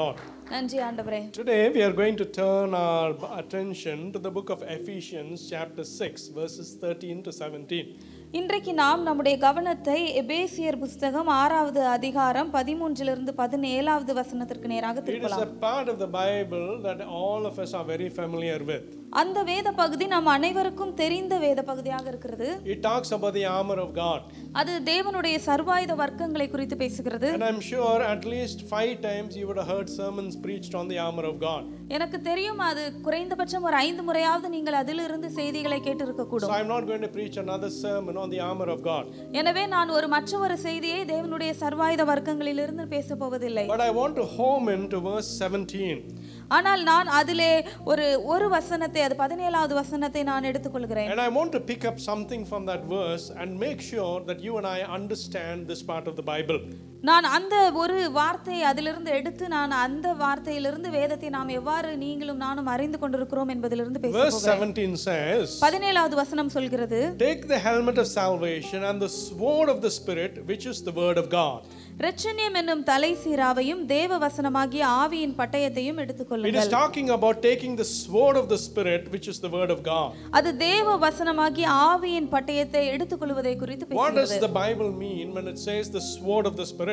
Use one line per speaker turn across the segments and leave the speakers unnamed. Lord.
நன்றி ஆண்டவரே
Today we are going to turn our attention to the book of Ephesians, chapter 6, verses 13 to 17.
இன்றைக்கு நாம் நம்முடைய கவனத்தை எபேசியர் புஸ்தகம் ஆறாவது அதிகாரம் பதிமூன்றிலிருந்து பதினேழாவது வசனத்திற்கு நேராக
It is a
திருப்பலாம்
part of the Bible that all of us are very familiar with.
அந்த வேத பகுதி நம் அனைவருக்கும் தெரிந்த வேத பகுதியாக இருக்கிறது
It talks about the armor of God.
அது தேவனுடைய சர்வாயுத வர்க்கங்களை குறித்து பேசுகிறது
And I'm sure at least five times you would have heard sermons preached on the armor of God.
எனக்கு தெரியும் அது குறைந்தபட்சம் ஒரு ஐந்து முறையாவது நீங்கள் அதிலிருந்து செய்திகளை கேட்டிருக்க
So
கூடும்
I'm not going to preach another sermon on the armor of God.
எனவே நான் ஒரு மற்ற ஒரு செய்தியை தேவனுடைய சர்வாயுத வர்க்கங்களிலிருந்து பேசப் போவதில்லை
But I want to home in to verse 17.
ஆனால் நான் அதிலே ஒரு ஒரு வசனத்தை அது பதினேழாவது வசனத்தை நான் எடுத்துக்கொள்கிறேன்
And I want to pick up something from that verse and make sure that you and I understand this part of the Bible.
நான் அந்த ஒரு வார்த்தையை அதிலிருந்து எடுத்து நான் அந்த வார்த்தையிலிருந்து வேதத்தை நாம் எவ்வாறு நீங்களும் நானும் அறிந்து கொண்டிருக்கிறோம் என்பதிலிருந்து பேச
Verse 17 says,
பதினேழாவது வசனம் சொல்கிறது
Take the helmet of salvation and the sword of the Spirit, which is the word of God.
ரட்சண்யம் என்னும் தலை சீராவையும் தேவ வசனமாகிய ஆவியின் பட்டயத்தையும்
It
எடுத்துக்கொள்ளுங்கள்
is talking about taking the sword of the Spirit, which is the word of God.
அது தேவ வசனமாகிய ஆவியின் பட்டயத்தை எடுத்துக்கொள்வதை குறித்து
What
பேசுகிறது
does the Bible mean when it says the sword of the Spirit?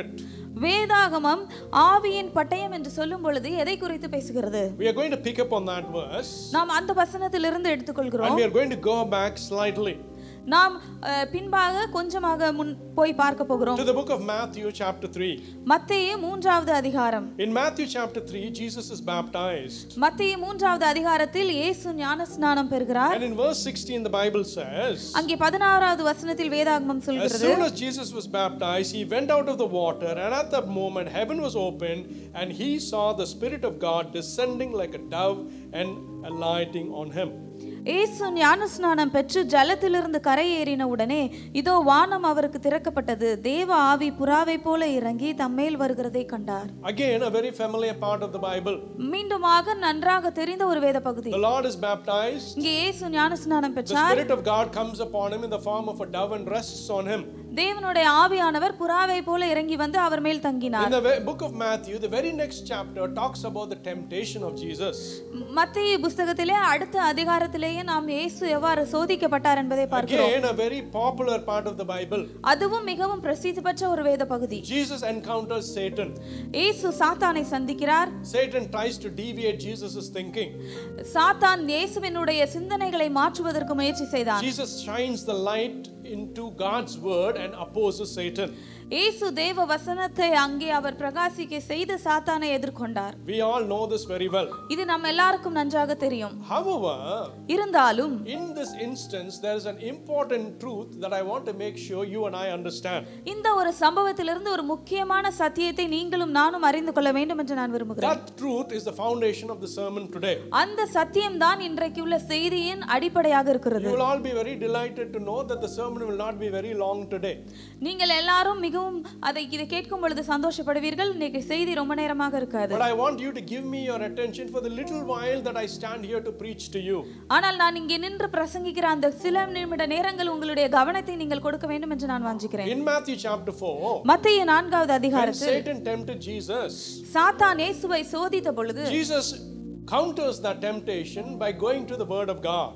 வேதாகமம் ஆவியின் பட்டயம் என்று சொல்லும் பொழுது எதை குறித்து பேசுகிறது
We are going to pick up on that verse
நாம் அந்த வசனத்திலிருந்து
and
எடுத்துக்கொள்கிறோம்
we are going to go back slightly
நாம் அஹ், பின்பாக கொஞ்சமாக முன் போய் பார்க்க போகிறோம்
to the book of Matthew, chapter 3.
மத்தேயு மூன்றாவது அதிகாரம்
In Matthew, chapter 3, Jesus is baptized.
மத்தேயு மூன்றாவது அதிகாரத்தில் இயேசு ஞானஸ்நானம் பெறுகிறார்
And in verse 16, the Bible says,
அங்கே பதினாறாவது வசனத்தில் வேதாகமம்
As
சொல்கிறது
soon as Jesus was baptized, he went out of the water, and at that moment heaven was opened, and he saw the Spirit of God descending like a dove and alighting on him.
இயேசு ஞானஸ்நானம் பெற்று ஜலத்திலிருந்து கரையேறின உடனே இதோ வானம் அவருக்கு திறக்கப்பட்டது தேவ ஆவி புறாவை போல இறங்கி தம்மேல் வருகிறதை கண்டார்
Again, a very familiar part of the Bible.
மீண்டுமாக நன்றாக தெரிந்த ஒரு வேத பகுதி
The Lord is baptized,
இங்கே இயேசு ஞானஸ்நானம்
the
பெற்றார்
Spirit of God comes upon him in the form of a dove and rests on him.
தேவனுடைய ஆவியானவர் புறாவை போல இறங்கி வந்து அவர் மேல் தங்கினார்
In the ve- book of Matthew, the very next chapter talks about the temptation of Jesus.
மத்திய புஸ்தகத்திலே அடுத்த அதிகாரத்திலேயே நாம் இயேசு எவ்வாறு சோதிக்கப்பட்டார் என்பதை பார்க்கிறோம்
Again, a very popular part of the Bible.
அதுவும் மிகவும் பிரசித்தி பெற்ற ஒரு வேத பகுதி
Jesus encounters Satan.
இயேசு சாத்தானை சந்திக்கிறார்
Satan tries to deviate Jesus' thinking.
சாத்தான் இயேசுவினுடைய சிந்தனைகளை மாற்றுவதற்கு முயற்சி செய்தான்
Jesus shines the light into God's word and opposes Satan.
இயேசு தேவ வசனத்தை அங்கே அவர் பிரகாசிக்க செய்து சாத்தானை எதிர்கொண்டார்
We all know this very well.
இது நம்ம எல்லாருக்கும் நன்றாக தெரியும்
However,
இருந்தாலும்
in this instance, there is an important truth that I want to make sure you and I understand.
இந்த ஒரு சம்பவத்திலிருந்து ஒரு முக்கியமான சத்தியத்தை நீங்களும் நானும் அறிந்து கொள்ள வேண்டும் என்று நான் விரும்புகிறேன்
That truth is the foundation of the sermon today.
அந்த சத்தியம்தான் இன்றைக்கு உள்ள செய்தியின் அடிப்படையாக இருக்கிறது
You will all be very delighted to know that the sermon will not be very long today.
நீங்கள் எல்லாரும் மிகவும் அதை இதை கேட்கும் பொழுது சந்தோஷப்படுவீர்கள் இன்னைக்கு செய்தி ரொம்ப நேரமாக இருக்காது
But I want you to give me your attention for the little while that I stand here to preach to you.
ஆனால் நான் இங்கே நின்று பிரசங்கிக்கிற அந்த சில நிமிட நேரங்கள் உங்களுடைய கவனத்தை நீங்கள் கொடுக்க வேண்டும் என்று நான் வாஞ்சிக்கிறேன்
In Matthew chapter 4,
மத்திய நான்காவது
When
அதிகாரத்தில்
Satan tempted Jesus,
சாத்தான் இயேசுவை சோதித்த பொழுது
Jesus counters that temptation by going to the Word of God.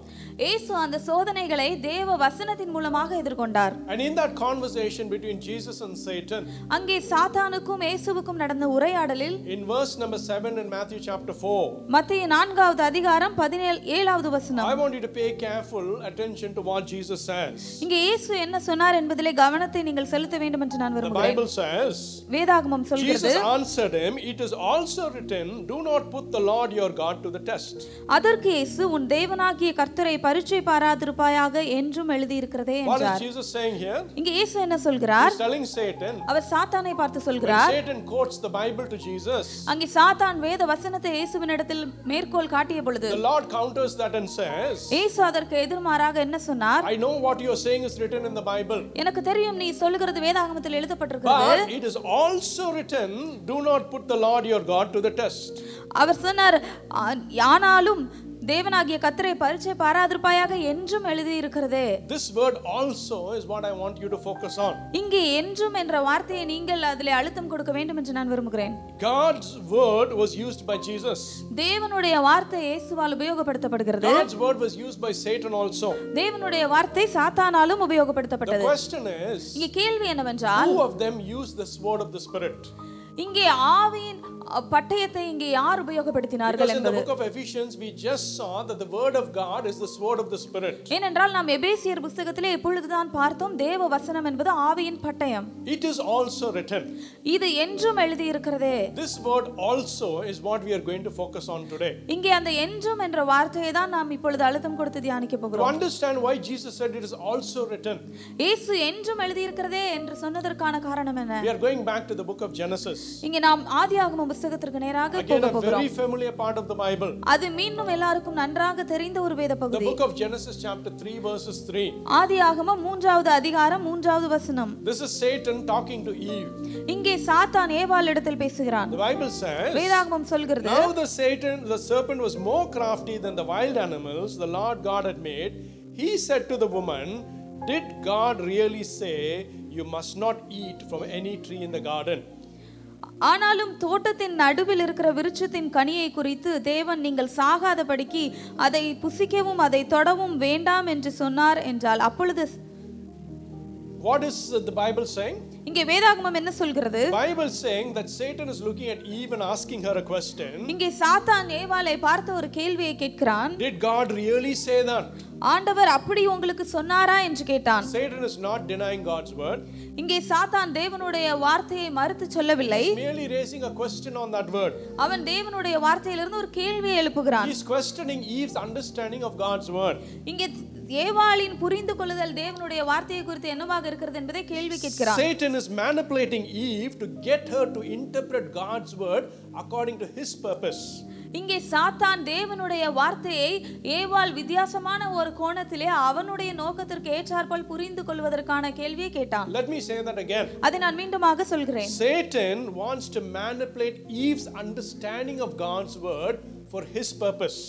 இயேசு அந்த சோதனைகளை தேவ வசனத்தின் மூலமாக எதிர்கொண்டார்
And in that conversation between Jesus and Satan,
அங்கே சாத்தானுக்கும் இயேசுவுக்கும் நடந்த உரையாடலில்
in verse number 7 in Matthew chapter 4,
மத்திய நான்காவது அதிகாரம் பதினேழு ஏழாவது வசனம்
I want you to pay careful attention to what Jesus says.
இங்கே இயேசு என்ன சொன்னார் என்பதிலே கவனத்தை நீங்கள் செலுத்த வேண்டும் என்று நான்
The
விரும்புகிறேன்
Bible says,
வேதாகமம் சொல்கிறது
Jesus answered him, It is also written, Do not put the Lord your God to the test.
அதற்கு இயேசு உன் தேவனாகிய கர்த்தரை பரீட்சை பாராதிருப்பாயாக என்றும் எழுதியிருக்கிறதே
What
என்றார்
is Jesus saying here?
இங்கே இயேசு என்ன சொல்கிறார்
He's telling Satan,
அவர் சாத்தானை பார்த்து
when
சொல்கிறார்
Satan quotes the Bible to Jesus,
அங்கே சாத்தான் வேத வசனத்தை இயேசுவினிடத்தில் மேற்கோள் காட்டிய பொழுது
the Lord counters that and says,
இயேசு அதற்கு எதிர்மாறாக என்ன சொன்னார்
I know what you're saying is written in the Bible.
எனக்கு தெரியும் நீ சொல்லுகிறது வேதாகமத்தில் எழுதப்பட்டிருக்கிறது
But it is also written, do not put the Lord your God to the test.
அவர் சொன்னார் "ஆ- ஆனாலும் தேவனாகிய கத்தரை பரிச்சை பாராதிருப்பாயாக என்றும் எழுதி இருக்கிறதே
This word also is what I want you to focus on.
இங்கே என்றும் என்ற வார்த்தையை நீங்கள் அதிலே அழுத்தம் கொடுக்க வேண்டும் என்று நான் விரும்புகிறேன்
God's word was used by Jesus.
தேவனுடைய வார்த்தை இயேசுவால் உபயோகப்படுத்தப்படுகிறது
God's word was used by Satan also.
தேவனுடைய வார்த்தை சாத்தானாலும்
The
உபயோகப்படுத்தப்பட்டது
question is
இங்கே கேள்வி என்னவென்றால்
who of them used the sword of the Spirit?
இங்கே ஆவியின் அ, பட்டயத்தை இங்கே யார் உபயோகப்படுத்தினார்கள்
Because in the
என்பது
book of Ephesians, we just saw that the word of God is the sword of the Spirit.
ஏனென்றால் நாம் எபேசியர் புஸ்தகத்திலே இப்பொழுதுதான் பார்த்தோம் தேவ வசனம் என்பது ஆவியின் பட்டயம்
It is also written.
இது என்றும் எழுதியிருக்கிறதே
This word also is what we are going to focus on today.
இங்கே அந்த என்றும் என்ற வார்த்தையை தான் நாம் இப்பொழுது அழுத்தம் கொடுத்து தியானிக்க
To
போகிறோம்
understand why Jesus said it is also written,
இயேசு என்றும் எழுதியிருக்கிறதே என்று சொன்னதற்கான காரணம் என்ன
we are going back to the book of Genesis.
இங்கே நாம் ஆதியாகம புஸ்தகத்திற்கு நேராக
Again,
போக
a
போகிறோம்
very familiar part of the Bible.
அது மீண்டும் எல்லாருக்கும் நன்றாக தெரிந்த ஒரு வேத
The
பகுதி
book of Genesis, chapter 3, verses 3.
ஆதியாகமம் மூன்றாவது அதிகாரம் மூன்றாவது வசனம்
This is Satan talking to Eve.
இங்கே சாத்தான் ஏவாள் இடத்தில் பேசுகிறான்
The Bible says,
வேதாகமம் சொல்கிறது
Now the Satan, the serpent was more crafty than the wild animals the Lord God had made. He said to the woman, Did God really say you must not eat from any tree in the garden?
ஆனாலும் தோட்டத்தின் நடுவில் இருக்கிற விருட்சத்தின் கனியை குறித்து தேவன் நீங்கள் சாகாதபடிக்கு அதை புசிக்கவும் அதை தொடவும் வேண்டாம் என்று சொன்னார் என்றால் அப்பொழுது
What is the Bible saying?
இங்கே வேதாகமம் என்ன சொல்கிறது
The Bible is saying that Satan is looking at Eve and asking her a question.
இங்கே சாத்தான் ஏவாளை பார்த்து ஒரு கேள்வியை கேட்கிறான்
Did God really say that?
ஆண்டவர் அப்படி உங்களுக்கு சொன்னாரா என்று கேட்டான்
Satan is not denying God's word.
இங்கே சாத்தான் தேவனுடைய வார்த்தையை மறுத்து சொல்லவில்லை
He's merely raising a question on that word.
அவன் தேவனுடைய வார்த்தையிலிருந்து ஒரு கேள்வியை எழுப்புகிறான்
He's questioning Eve's understanding of God's word.
இங்கே ஏவாளின் புரிந்து கொள்ளுதல் தேவனுடைய வார்த்தையை குறித்து என்னவாக இருக்கிறது என்பதை கேள்வி கேட்கிறான்
Satan is manipulating Eve to get her to interpret God's word according to his purpose.
இங்கே சாத்தான் தேவனுடைய வார்த்தையை ஏவாள் வித்தியாசமான ஒரு கோணத்திலே அவனுடைய நோக்கத்திற்கு ஏற்றாற்போல் புரிந்து கொள்வதற்கான கேள்வியை கேட்டான்
Let me say that again.
அதை நான் மீண்டுமாக சொல்கிறேன்
Satan wants to manipulate Eve's understanding of God's word for his purpose.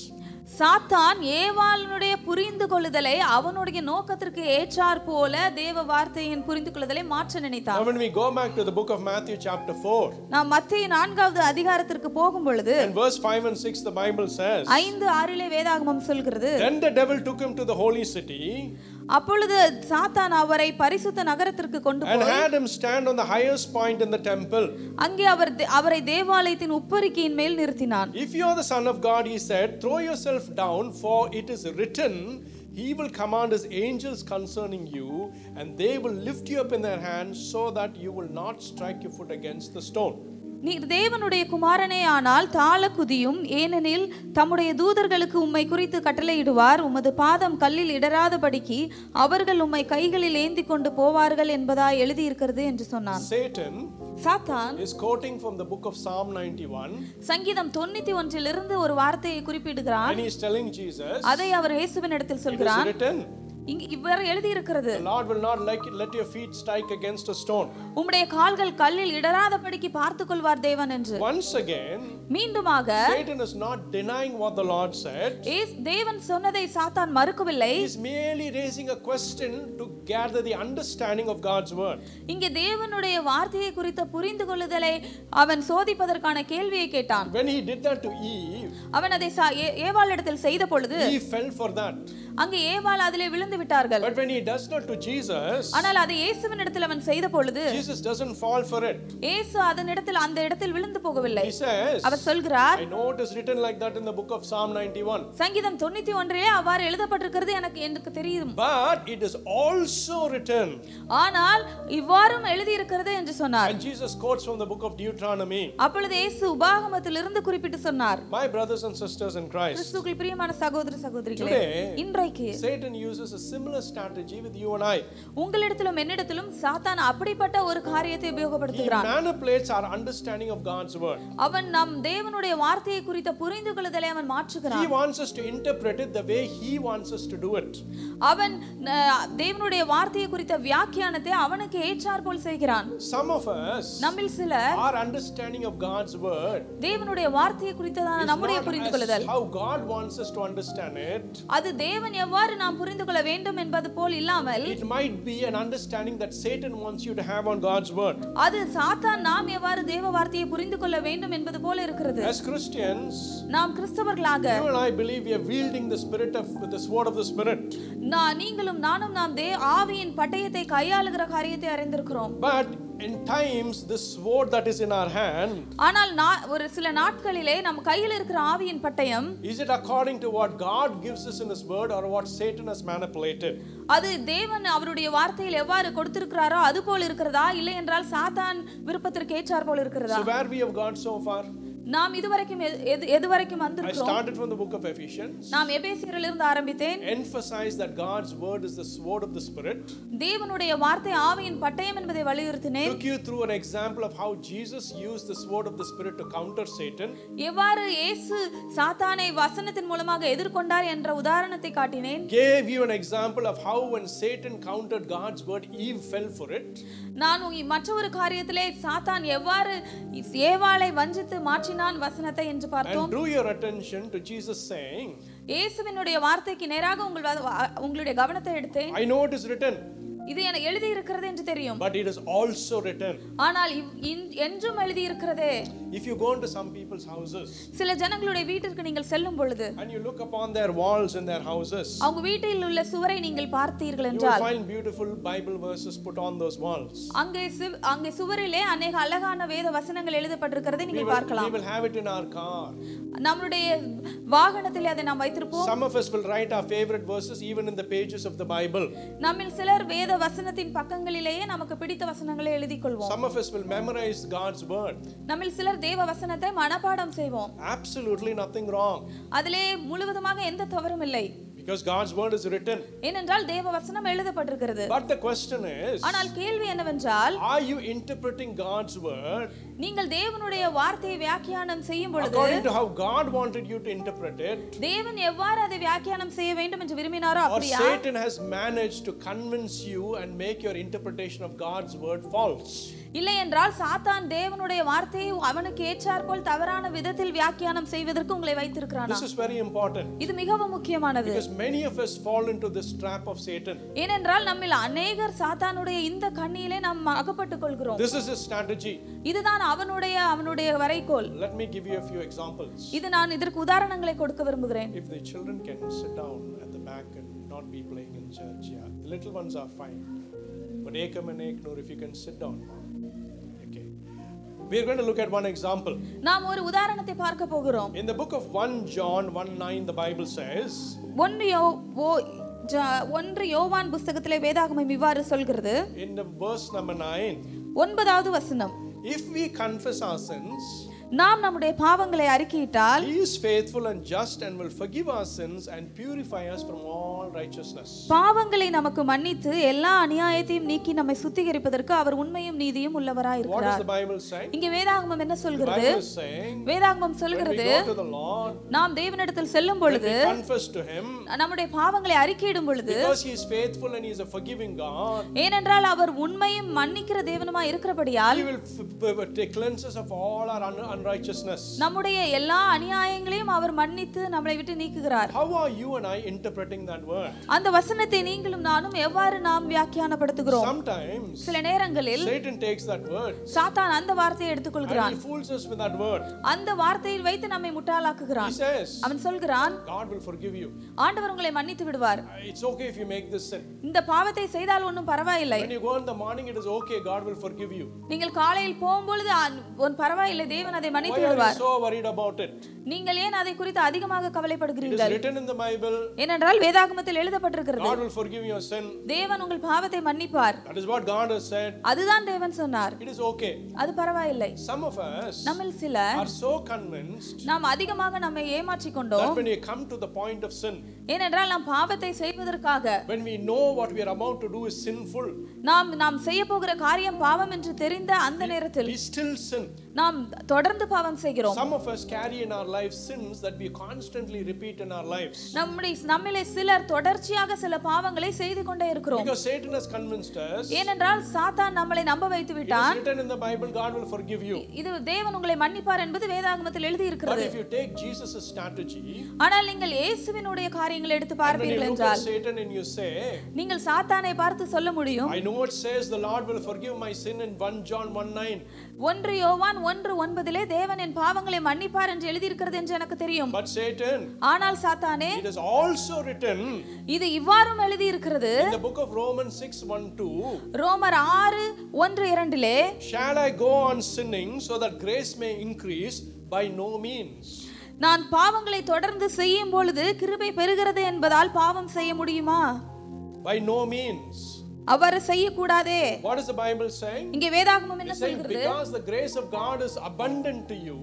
சாத்தான் ஏவாளனுடைய புரிந்து கொள்ளுதலை அவனுடைய நோக்கத்திற்கு ஏற்றாற்போல தேவ வார்த்தையின் புரிந்து கொள்ளுதலை மாற்ற
Now,
நினைத்தான்
when we go back to the book of Matthew, chapter 4,
நாம் மத்திய நான்காவது அதிகாரத்திற்கு போகும் பொழுது
and verse 5 and 6, the Bible says,
ஐந்து ஆறிலே வேதாகமம் சொல்கிறது
Then the devil took him to the holy city
அப்பொழுது சாத்தான் அவரை பரிசுத்த நகரத்திற்கு கொண்டு
and had him stand on the highest point in the temple.
அங்கே அவர் தே- அவரை தேவாலயத்தின் உப்பரிக்கையின் மேல் நிறுத்தினான்
If you are the Son of God, he said, throw yourself down, for it is written, He will command His angels concerning you, and they will lift you up in their hands, so that you will not strike your foot against the stone.
நீர் தேவனுடைய குமாரனே ஆனால் தாள குதியும் ஏனெனில் தம்முடைய தூதர்களுக்கு உம்மை குறித்து கட்டளையிடுவார் உமது பாதம் கல்லில் இடராதபடிக்கு அவர்கள் உம்மை கைகளில் ஏந்தி கொண்டு போவார்கள் என்பதா எழுதியிருக்கிறது என்று சொன்னான்
Satan
சாத்தான்
is quoting from the book of Psalm 91,
சங்கீதம் தொண்ணூத்தி ஒன்றிலிருந்து ஒரு வார்த்தையை குறிப்பிடுகிறான்
and he's telling Jesus,
அதை அவர் இயேசுவின் இடத்தில்
It is
சொல்கிறார்
written,
இங்கு இவ்வாறு எழுதியிருக்கிறது
The Lord will not like let your feet strike against a stone.
உம்முடைய கால்கள் கல்லில் இடராதபடிக்கு பார்த்துக் கொள்வார் தேவன் என்று
Once again,
மீண்டுமாக
Satan is not denying what the Lord said.
இயேசு- தேவன் சொன்னதை சாத்தான் மறுக்கவில்லை
He's merely raising a question to gather the understanding of God's word.
இங்கே தேவனுடைய வார்த்தையை குறித்த புரிந்து கொள்ளுதலை அவன் சோதிப்பதற்கான கேள்வியை கேட்டான்
When he did that to Eve,
அவன் அதை சா- ஏ- ஏவாளிடத்தில் செய்த பொழுது
Eve fell for that.
அங்கே ஏவாள் அதிலே விழுந்து விட்டார்கள்
But when he does that to Jesus,
ஆனால் அதை இயேசுவின் இடத்தில் அவன் செய்த பொழுது
Jesus doesn't fall for it.
இயேசு அதனிடத்தில் அந்த இடத்தில் விழுந்து போகவில்லை
He says,
அவர் சொல்கிறார்
I know it is written like that in the book of Psalm 91,
சங்கீதம் தொண்ணூத்தி ஒன்றிலே அவ்வாறு எழுதப்பட்டிருக்கிறது எனக்கு எனக்கு தெரியும்
but it is also written.
ஆனால் இவ்வாறும் எழுதியிருக்கிறது என்று சொன்னார்
And Jesus quotes from the book of Deuteronomy
அப்பொழுது இயேசு உபாகமத்திலிருந்து குறிப்பிட்டு சொன்னார்
My brothers and sisters in Christ,
கிறிஸ்துக்குள் பிரியமான சகோதர சகோதரிகளே
today
இன்றைய சோதனைக்கு
Satan uses a similar strategy with you and I.
உங்களிடத்திலும் என்னிடத்திலும் சாத்தான் அப்படிப்பட்ட ஒரு காரியத்தை
He
உபயோகப்படுத்துகிறான்
manipulates our understanding of God's word.
அவன் நம் தேவனுடைய வார்த்தையை குறித்த புரிந்து கொள்ளுதலை அவன் மாற்றுகிறான்
He wants us to interpret it the way He wants us to do it.
அவன் அஹ், தேவனுடைய வார்த்தையை குறித்த வியாக்கியானத்தை அவனுக்கு ஏற்றார் போல் செய்கிறான்
Some of us,
நம்மில் சிலர்
our understanding of God's word
தேவனுடைய வார்த்தையை குறித்ததான
is
நம்முடைய
not
புரிந்து
as
கொள்ளுதல்
how God wants us to understand it.
அது தேவன் எவ்வாறு நாம் புரிந்து கொள்ள வேண்டும் என்பது போல் இல்லாமல்
It might be an understanding that Satan wants you to have on God's word.
அது சாத்தான் நாம் எவ்வாறு தேவ வார்த்தையை புரிந்து கொள்ள வேண்டும் என்பது போல இருக்கிறது
As Christians,
நாம் கிறிஸ்தவர்களாக
you and I believe we are wielding the spirit of with the sword of the spirit.
நான் நீங்களும் நானும் நாம் தே ஆவியின் பட்டயத்தை கையாளுகிற காரியத்தை அறிந்திருக்கிறோம்
But in times, this sword that is in our hand,
ஆனால் நான் ஒரு சில நாட்களிலே நம் கையில் இருக்கிற ஆவியின் பட்டயம்
is it according to what God gives us in His word or what Satan has manipulated?
அது தேவன் அவருடைய வார்த்தையில் எவ்வாறு கொடுத்திருக்கிறாரோ அது போல் இருக்கிறதா இல்லை என்றால் சாத்தான் விருப்பத்திற்கு ஏற்றார் போல் இருக்கிறதா
So, where we have gone so far,
நாம் இதுவரைக்கும் எது- எது எதுவரைக்கும்
I
வந்திருக்கிறோம்
started from the book of Ephesians,
நாம் எபேசியரிலிருந்து ஆரம்பித்தேன்
emphasize that God's word is the sword of the spirit,
தேவனுடைய வார்த்தை ஆவியின் பட்டயம் என்பதை வலியுறுத்தினேன்
took you through an example of how Jesus used the sword of the spirit to counter Satan.
எவ்வாறு இயேசு சாத்தானை வசனத்தின் மூலமாக எதிர்கொண்டார் என்ற உதாரணத்தை காட்டினேன்
Gave you an example of how when Satan countered God's word, Eve fell for it.
நான் உங்க- மற்றொரு காரியத்திலே சாத்தான் எவ்வாறு ஏவாளை வஞ்சித்து மாற்றினான் வசனத்தை என்று பார்த்தோம்
And drew your attention to Jesus saying,
இயேசுவினுடைய வார்த்தைக்கு நேராக உங்கள் வ- வ- உங்களுடைய கவனத்தை எடுத்தேன்
I know it is written,
இது என எழுதி இருக்கிறது என்று தெரியும்
but it is also written.
ஆனால் இவ்- இன்- என்றும் எழுதி இருக்கிறதே
If you go into some people's houses
சில ஜனங்களுடைய வீட்டிற்கு நீங்கள் செல்லும் பொழுது
and you look upon their walls and their houses,
அவங்க வீட்டில் உள்ள சுவரை நீங்கள் பார்த்தீர்கள்
you
என்றால்
will find beautiful Bible verses put on those walls.
அங்கே சிவ்- அங்கே சுவரிலே அநேக அழகான வேத வசனங்கள் எழுதப்பட்டிருக்கிறதை
We
நீங்கள்
will,
பார்க்கலாம்
we will have it in our car.
நம்மளுடைய வாகனத்திலே அதை நாம் வைத்திருப்போம்
Some of us will write our favorite verses even in the pages of the Bible.
நம்மில் சிலர் வேத வசனத்தின் பக்கங்களிலேயே நமக்கு பிடித்த வசனங்களை எழுதிக் கொள்வோம்
Some of us will memorize God's word.
நம்மில் சிலர் தேவ வசனத்தை மனப்பாடம் செய்வோம்
Absolutely nothing wrong
அதிலே முழுவதுமாக எந்த தவறும் இல்லை
because God's word is written.
ஏனென்றால் தேவ வசனம் எழுதப்பட்டிருக்கிறது
But the question is
ஆனால் கேள்வி என்னவென்றால்
are you interpreting God's word
நீங்கள் தேவனுடைய வார்த்தையை வியாக்கியானம் செய்யும் பொழுது
according to how God wanted you to interpret it?
தேவன் எவ்வாறு அதை வியாக்கியானம் செய்ய வேண்டும் என்று விரும்பினாரோ
Or
அப்படியா
Satan has managed to convince you and make your interpretation of God's word false.
இல்லை என்றால் சாத்தான் தேவனுடைய வார்த்தையை அவனுக்கு ஏற்றாற்போல் தவறான விதத்தில் வியாக்கியானம் செய்வதற்கு உங்களை வைத்திருக்கிறானா
This is very important
இது மிகவும் முக்கியமானது
because many of us fall into this trap of Satan.
ஏனென்றால் நம்மில் அநேகர் சாத்தானுடைய இந்த கண்ணியிலே நாம் அகப்பட்டுக் கொள்கிறோம்
This is his strategy.
இதுதான் அவனுடைய அவனுடைய வரைகோல்
Let me give you a few examples.
இது நான் இதற்கு உதாரணங்களை கொடுக்க விரும்புகிறேன்
If the children can sit down at the back and not be playing in church, yeah, the little ones are fine. But Akam and Aknur, if you can sit down. Okay. We are going to look at one example.
நாம் ஒரு உதாரணத்தை பார்க்க போகிறோம்
In the book of 1 John 1 9, the Bible says,
ஒன்று யோ ஓ ஜ- ஒன்று யோவான் புஸ்தகத்திலே வேதாகமம் இவ்வாறு சொல்கிறது
in the verse number 9,
ஒன்பதாவது வசனம்
if we confess our sins,
நாம் நம்முடைய பாவங்களை அறிக்கையிட்டால்
he is faithful and just and will forgive our sins and purify us from all righteousness.
பாவங்களை நமக்கு மன்னித்து எல்லா அநியாயத்தையும் நீக்கி நம்மை சுத்திகரிப்பதற்கு அவர் உண்மையும் நீதியும்
What is
உள்ளவராயிருக்கிறார்
the Bible saying?
இங்கே வேதாகமம் என்ன
The
சொல்கிறது
Bible is saying,
வேதாகமம்
when we
சொல்கிறது
go to the Lord,
நாம் தேவனிடத்தில் செல்லும்
when
பொழுது
we confess to Him,
நம்முடைய பாவங்களை அறிக்கையிடும் பொழுது
because He is faithful and He is a forgiving God,
ஏனென்றால் அவர் உண்மையும் மன்னிக்கிற தேவனுமா இருக்கிறபடியால்
He will f- f- take cleanse us of all our un- unrighteousness.
நம்முடைய எல்லா அநியாயங்களையும் அவர் மன்னித்து நம்மளை விட்டு நீக்குகிறார்
How are you and I interpreting that word?
அந்த வசனத்தை நீங்களும் நானும் எவ்வாறு நாம் வியாக்கியானப்படுத்துகிறோம்
Sometimes
சில நேரங்களில்
Satan takes that word
சாத்தான் அந்த வார்த்தையை எடுத்துக்கொள்கிறான்
and he fools us with that word.
அந்த வார்த்தையில் வைத்து நம்மை
He
முட்டாளாக்குகிறான்
says,
அவன் சொல்கிறான்
God will forgive you. Uh,
ஆண்டவர் உங்களை மன்னித்து விடுவார்
It's okay if you make this sin.
இந்த பாவத்தை செய்தால் ஒன்றும் பரவாயில்லை
When you go in the morning, it is okay, God will forgive you.
நீங்கள் காலையில் போகும்பொழுது "ஆ, ஒன்றும் பரவாயில்லை தேவன் அதை உங்களை மன்னித்து
Why are you
விடுவார்
so worried about it?
நீங்கள் ஏன் அதை குறித்து அதிகமாக
It is
கவலைப்படுகிறீர்கள்
written in the Bible
ஏனென்றால் வேதாகமத்தில் எழுதப்பட்டிருக்கிறது
God will forgive your sin.
தேவன் உங்கள் பாவத்தை மன்னிப்பார்
That is what God has said.
அதுதான் தேவன் சொன்னார்
It is okay.
அது பரவாயில்லை
Some of us
நம்மில் சில
are so convinced
நாம் அதிகமாக நம்மை ஏமாற்றிக் கொண்டோம்
that when we come to the point of sin,
ஏனென்றால் நாம் பாவத்தை செய்வதற்காக
when we know what we are about to do is sinful,
நாம் நாம் செய்ய போகிற காரியம் பாவம் என்று தெரிந்த அந்த நேரத்தில்
we still sin.
நாம் தொடர்ந்து பாவம் செய்கிறோம்
Some of us carry in our lives sins that we constantly repeat in our lives.
நம்முடைய நம்மிலே சிலர் தொடர்ச்சியாக சில பாவங்களை செய்து கொண்டே இருக்கிறோம்
Because Satan has convinced us, it
ஏனென்றால் சாத்தான் நம்மளை நம்ப வைத்து
is
விட்டான்
written in the Bible, God will forgive you.
இது தேவன் உங்களை மன்னிப்பார் என்பது வேதாகமத்தில் எழுதி
But
இருக்கிறது
if you take Jesus' strategy,
ஆனால் நீங்கள் இயேசுவினுடைய காரியங்களை எடுத்து
and when you
பார்ப்பீர்கள்
look at
என்றால்
Satan and you say,
நீங்கள் சாத்தானை பார்த்து சொல்ல முடியும்
I know it says the Lord will forgive my sin in 1 John 1 9.
ஒன்று யோவான் ஒன்று ஒன்பதிலே தேவன் என் பாவங்களை மன்னிப்பார் என்று எழுதியிருக்கிறது என்று எனக்கு தெரியும்
But Satan,
ஆனால் சாத்தானே
it is also written
இது இவ்வாறும் எழுதியிருக்கிறது
in the book of Romans 6 1 2.
ரோமர் ஆறு ஒன்று இரண்டிலே
Shall I go on sinning so that grace may increase? By no means.
நான் பாவங்களை தொடர்ந்து செய்யும் பொழுது கிருபை பெறுகிறது என்பதால் பாவம் செய்ய முடியுமா
By no means.
அவ்வாறு செய்யக்கூடாதே
What is the Bible saying?
இங்கே வேதாகமம் என்ன
It's saying
சொல்கிறது
because the grace of God is abundant to you,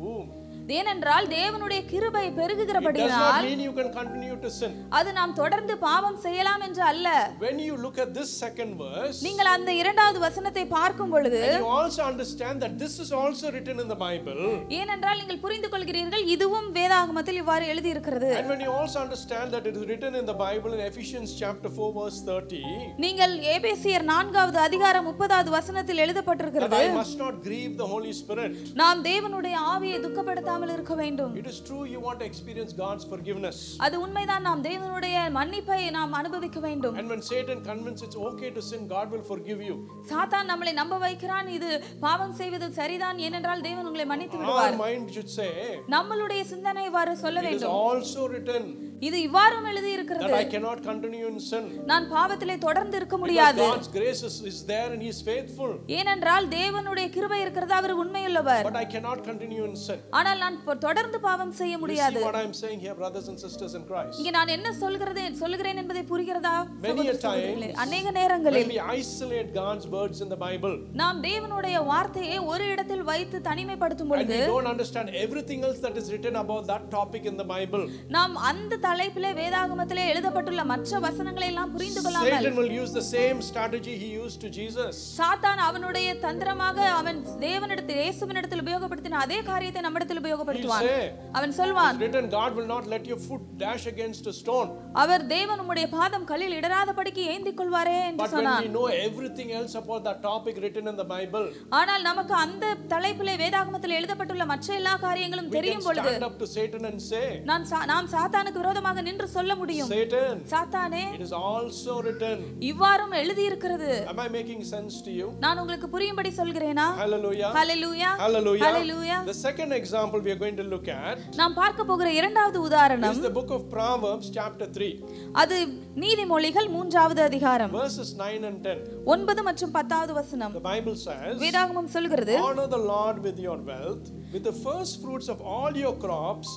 ஏனென்றால் தேவனுடைய கிருபை
it does not
பெருகுகிறபடியால்
mean you can continue to sin.
அது நாம் தொடர்ந்து பாவம் செய்யலாம் என்று அல்ல
When you look at this second verse,
நீங்கள் அந்த இரண்டாவது வசனத்தை பார்க்கும் பொழுது
you also understand that this is also written in the Bible.
ஏனென்றால் நீங்கள் புரிந்து கொள்கிறீர்கள் இதுவும் வேதாகமத்தில் இவ்வாறு எழுதி இருக்கிறது
And when you also understand that it is written in the Bible in Ephesians chapter 4, verse 30,
நீங்கள் ஏபேசியர் நான்காவது அதிகாரம் முப்பதாவது வசனத்தில்
that
எழுதப்பட்டிருக்கிறது
I must not grieve the Holy Spirit.
நாம் தேவனுடைய ஆவியை துக்கப்படுத்தாமல் இருக்க வேண்டும்
It is true you want to experience God's forgiveness.
அது உண்மைதான் நாம் தேவனுடைய மன்னிப்பை நாம் அனுபவிக்க வேண்டும்
And when Satan convinces it's okay to sin, God will forgive you.
சாத்தான் நம்மளை நம்ப வைக்கிறான் இது பாவம் செய்வது சரிதான் ஏனென்றால் தேவன் உங்களை மன்னித்து விடுவார்
Our mind should say,
நம்மளுடைய சிந்தனை இவ்வாறு சொல்ல
it is
வேண்டும்
also written
இது இவ்வாறும் எழுதி இருக்கிறது
that I cannot continue in sin.
நான் பாவத்திலே தொடர்ந்து இருக்க
Because
முடியாது
God's grace is, is there and He is faithful.
ஏனென்றால் தேவனுடைய கிருபை இருக்கிறது அவர் உண்மையுள்ளவர்
But I cannot continue in sin.
ஆனால் நான் பொ- தொடர்ந்து பாவம் செய்ய
You
முடியாது
see what I am saying here, brothers and sisters in Christ.
இங்கே நான் என்ன சொல்கிறது சொல்கிறேன் என்பதை புரிகிறதா
Many a
சகோதர சகோதரிகளே, அநேக நேரங்களில்
When we isolate God's words in the Bible,
நாம் தேவனுடைய வார்த்தையை ஒரு இடத்தில் வைத்து தனிமைப்படுத்தும்
and
பொழுது
we don't understand everything else that is written about that topic in the Bible,
நாம் அந்த தலைப்பிலே வேதாகமத்திலே எழுதப்பட்டுள்ள மற்ற வசனங்களை எல்லாம் புரிந்து கொள்ளாமல்
Satan will use the same strategy he used to Jesus.
சாத்தான் அவனுடைய தந்திரமாக அவன் தேவனிடத்தில் இயேசுவினிடத்தில் உபயோகப்படுத்தின அதே காரியத்தை நம்மிடத்தில் உபயோகப்படுத்துவான்
He'll say,
அவன் சொல்வான்
It's written, God will not let your foot dash against a stone.
அவர் தேவன் உம்முடைய பாதம் கல்லில் இடராதபடிக்கு ஏந்திக் கொள்வாரே என்று
But
சொன்னான்
when we know everything else about that topic written in the Bible,
ஆனால் நமக்கு அந்த தலைப்பிலே வேதாகமத்தில் எழுதப்பட்டுள்ள மற்ற எல்லா காரியங்களும்
we can
தெரியும் பொழுது
stand up to Satan and say,
நான் சா- நாம் சாத்தானுக்கு விரோதமாக நின்று சொல்ல முடியும்
Satan,
சாத்தானே
it is also written.
இவ்வாறும் எழுதியிருக்கிறது
Am I making sense to you?
நான் உங்களுக்கு புரியும்படி சொல்கிறேனா
Hallelujah.
Hallelujah
Hallelujah.
Hallelujah.
The second example we are going to look at
நாம் பார்க்க போகிற இரண்டாவது உதாரணம்
is the book of Proverbs, chapter 3,
அது நீதிமொழிகள் மூன்றாவது அதிகாரம்
verses 9 and 10.
ஒன்பது மற்றும் பத்தாவது வசனம்
The Bible says,
வேதாகமம் சொல்கிறது
Honor the Lord with your wealth, with the first fruits of all your crops.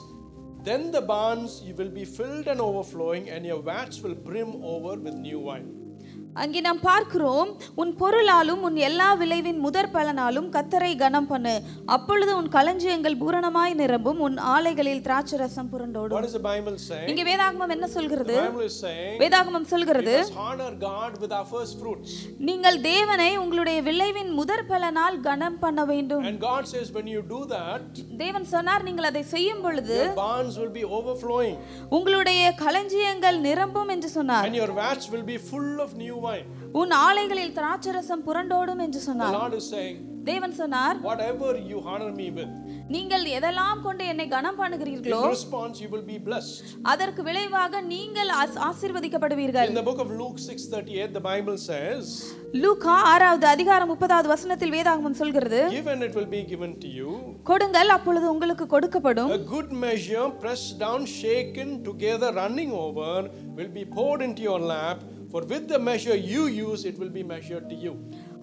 Then the barns you will be filled and overflowing, and your vats will brim over with new wine.
அங்கே நாம் பார்க்கிறோம் உன் பொருளாலும் உன் எல்லா விளைவின் முதற் பலனாலும் கத்தரை கனம் பண்ணு அப்பொழுது உன் களஞ்சியங்கள் பூரணமாய் நிரம்பும் உன் ஆலைகளில் திராட்சை ரசம் புரண்டோடும்
What is the Bible saying?
இங்கே வேதாகமம் என்ன
The
சொல்கிறது
Bible is saying,
வேதாகமம் சொல்கிறது
let us honor God with our first fruits.
நீங்கள் தேவனை உங்களுடைய விளைவின் முதற் பலனால் கனம் பண்ண வேண்டும்
And God says, when you do that,
தேவன் சொன்னார் நீங்கள் அதை செய்யும் பொழுது
your barns will be overflowing,
உங்களுடைய களஞ்சியங்கள் நிரம்பும் என்று சொன்னார்
and your vats will be full of new wine.
உன் ஆலைகளில் திராட்சரசம் புரண்டோடும் என்று
The
சொன்னார்
Lord is saying,
தேவன் சொன்னார்
whatever you honor me with,
நீங்கள் எதெல்லாம் கொண்டு என்னை கனம் பண்ணுகிறீர்களோ
in response you will be blessed.
அதற்கு விளைவாக நீங்கள் ஆஸ்- ஆசீர்வதிக்கப்படுவீர்கள்
In the book of Luke 6:38, the Bible says,
லூகா ஆறாவது அதிகாரம் முப்பதாவது வசனத்தில் வேதாகமம் சொல்கிறது
Give and it will be given to you.
கொடுங்கள் அப்பொழுது உங்களுக்கு கொடுக்கப்படும்
A good measure, pressed down, shaken together, running over, will be poured into your lap. For with the measure you use, it will be measured to you.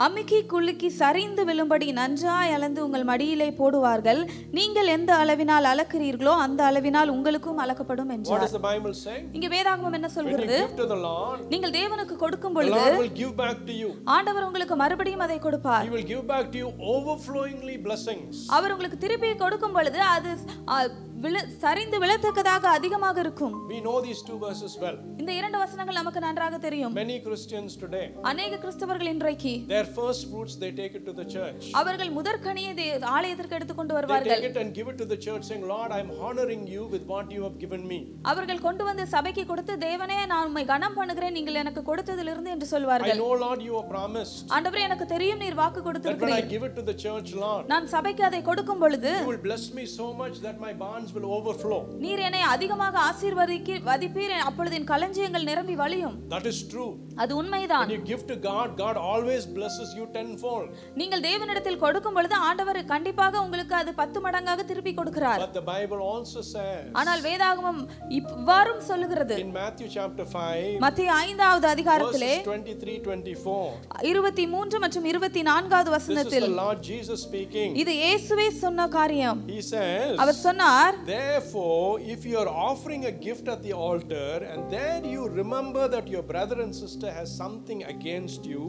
அமுக்கி குலுக்கி சரிந்து விழும்படி நன்றாய் அளந்து உங்கள் மடியிலே போடுவார்கள் நீங்கள் எந்த அளவினால் அளக்கிறீர்களோ அந்த அளவினால் உங்களுக்கும் அளக்கப்படும்
What
என்றார்
does the Bible say?
இங்க வேதாகமம் என்ன
When you
சொல்கிறது
give to the Lord,
நீங்கள் தேவனுக்கு கொடுக்கும்
the
பொழுது
Lord will give back to you.
ஆண்டவர் உங்களுக்கு மறுபடியும் அதை கொடுப்பார்
He will give back to you overflowingly blessings.
அவர் உங்களுக்கு திருப்பி கொடுக்கும் பொழுது அது ஆ, விழு சரிந்து விழத்தக்கதாக அதிகமாக இருக்கும்
We know these two verses well.
இந்த இரண்டு வசனங்கள் நமக்கு நன்றாக தெரியும்
Many Christians today,
அநேக கிறிஸ்தவர்கள் இன்றைக்கு
their first fruits they take it to the church.
அவர்கள் முதற்கனியை தே- ஆலயத்திற்கு எடுத்துக்கொண்டு
They
வருவார்கள்
take it and give it to the church, saying, Lord, I'm honoring you with what you have given me.
அவர்கள் கொண்டு வந்து சபைக்கு கொடுத்து தேவனே நான் உம்மை கனம் பண்ணுகிறேன் நீங்கள் எனக்கு கொடுத்ததிலிருந்து என்று
I
சொல்வார்கள்
know, Lord, you have promised
ஆண்டவரே எனக்கு தெரியும் நீர் வாக்கு
that when I
கொடுத்திருக்கிறீர்
give it to the church, Lord,
நான் சபைக்கு அதை கொடுக்கும் பொழுது
you will bless me so much that my barns will overflow.
நீர் என்னை அதிகமாக ஆசீர்வதிக்க வதிப்பீர் அப்பொழுது என் களஞ்சியங்கள் நிரம்பி வழியும்
That is true.
அது உண்மைதான்
When you give to God, God always blesses you tenfold.
நீங்கள் தேவனிடத்தில் கொடுக்கும் பொழுது ஆண்டவர் கண்டிப்பாக உங்களுக்கு அது பத்து மடங்காக திருப்பி கொடுக்கிறார்
But the Bible also says
ஆனால் வேதாகமம் இப்- இவ்வாறும் சொல்லுகிறது
in Matthew chapter 5,
மத்திய ஐந்தாவது அதிகாரத்திலே
verses 23 24,
இருபத்தி மூன்று மற்றும் இருபத்தி நான்காவது
this is the
வசனத்தில்
Lord Jesus speaking.
இது இயேசுவே சொன்ன காரியம்
He says,
அவர் சொன்னார்
Therefore, if you are offering a gift at the altar and there you remember that your brother and sister has something against you,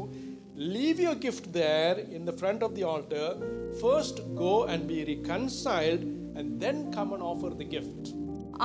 leave your gift there in the front of the altar. First go and be reconciled and then come and offer the gift.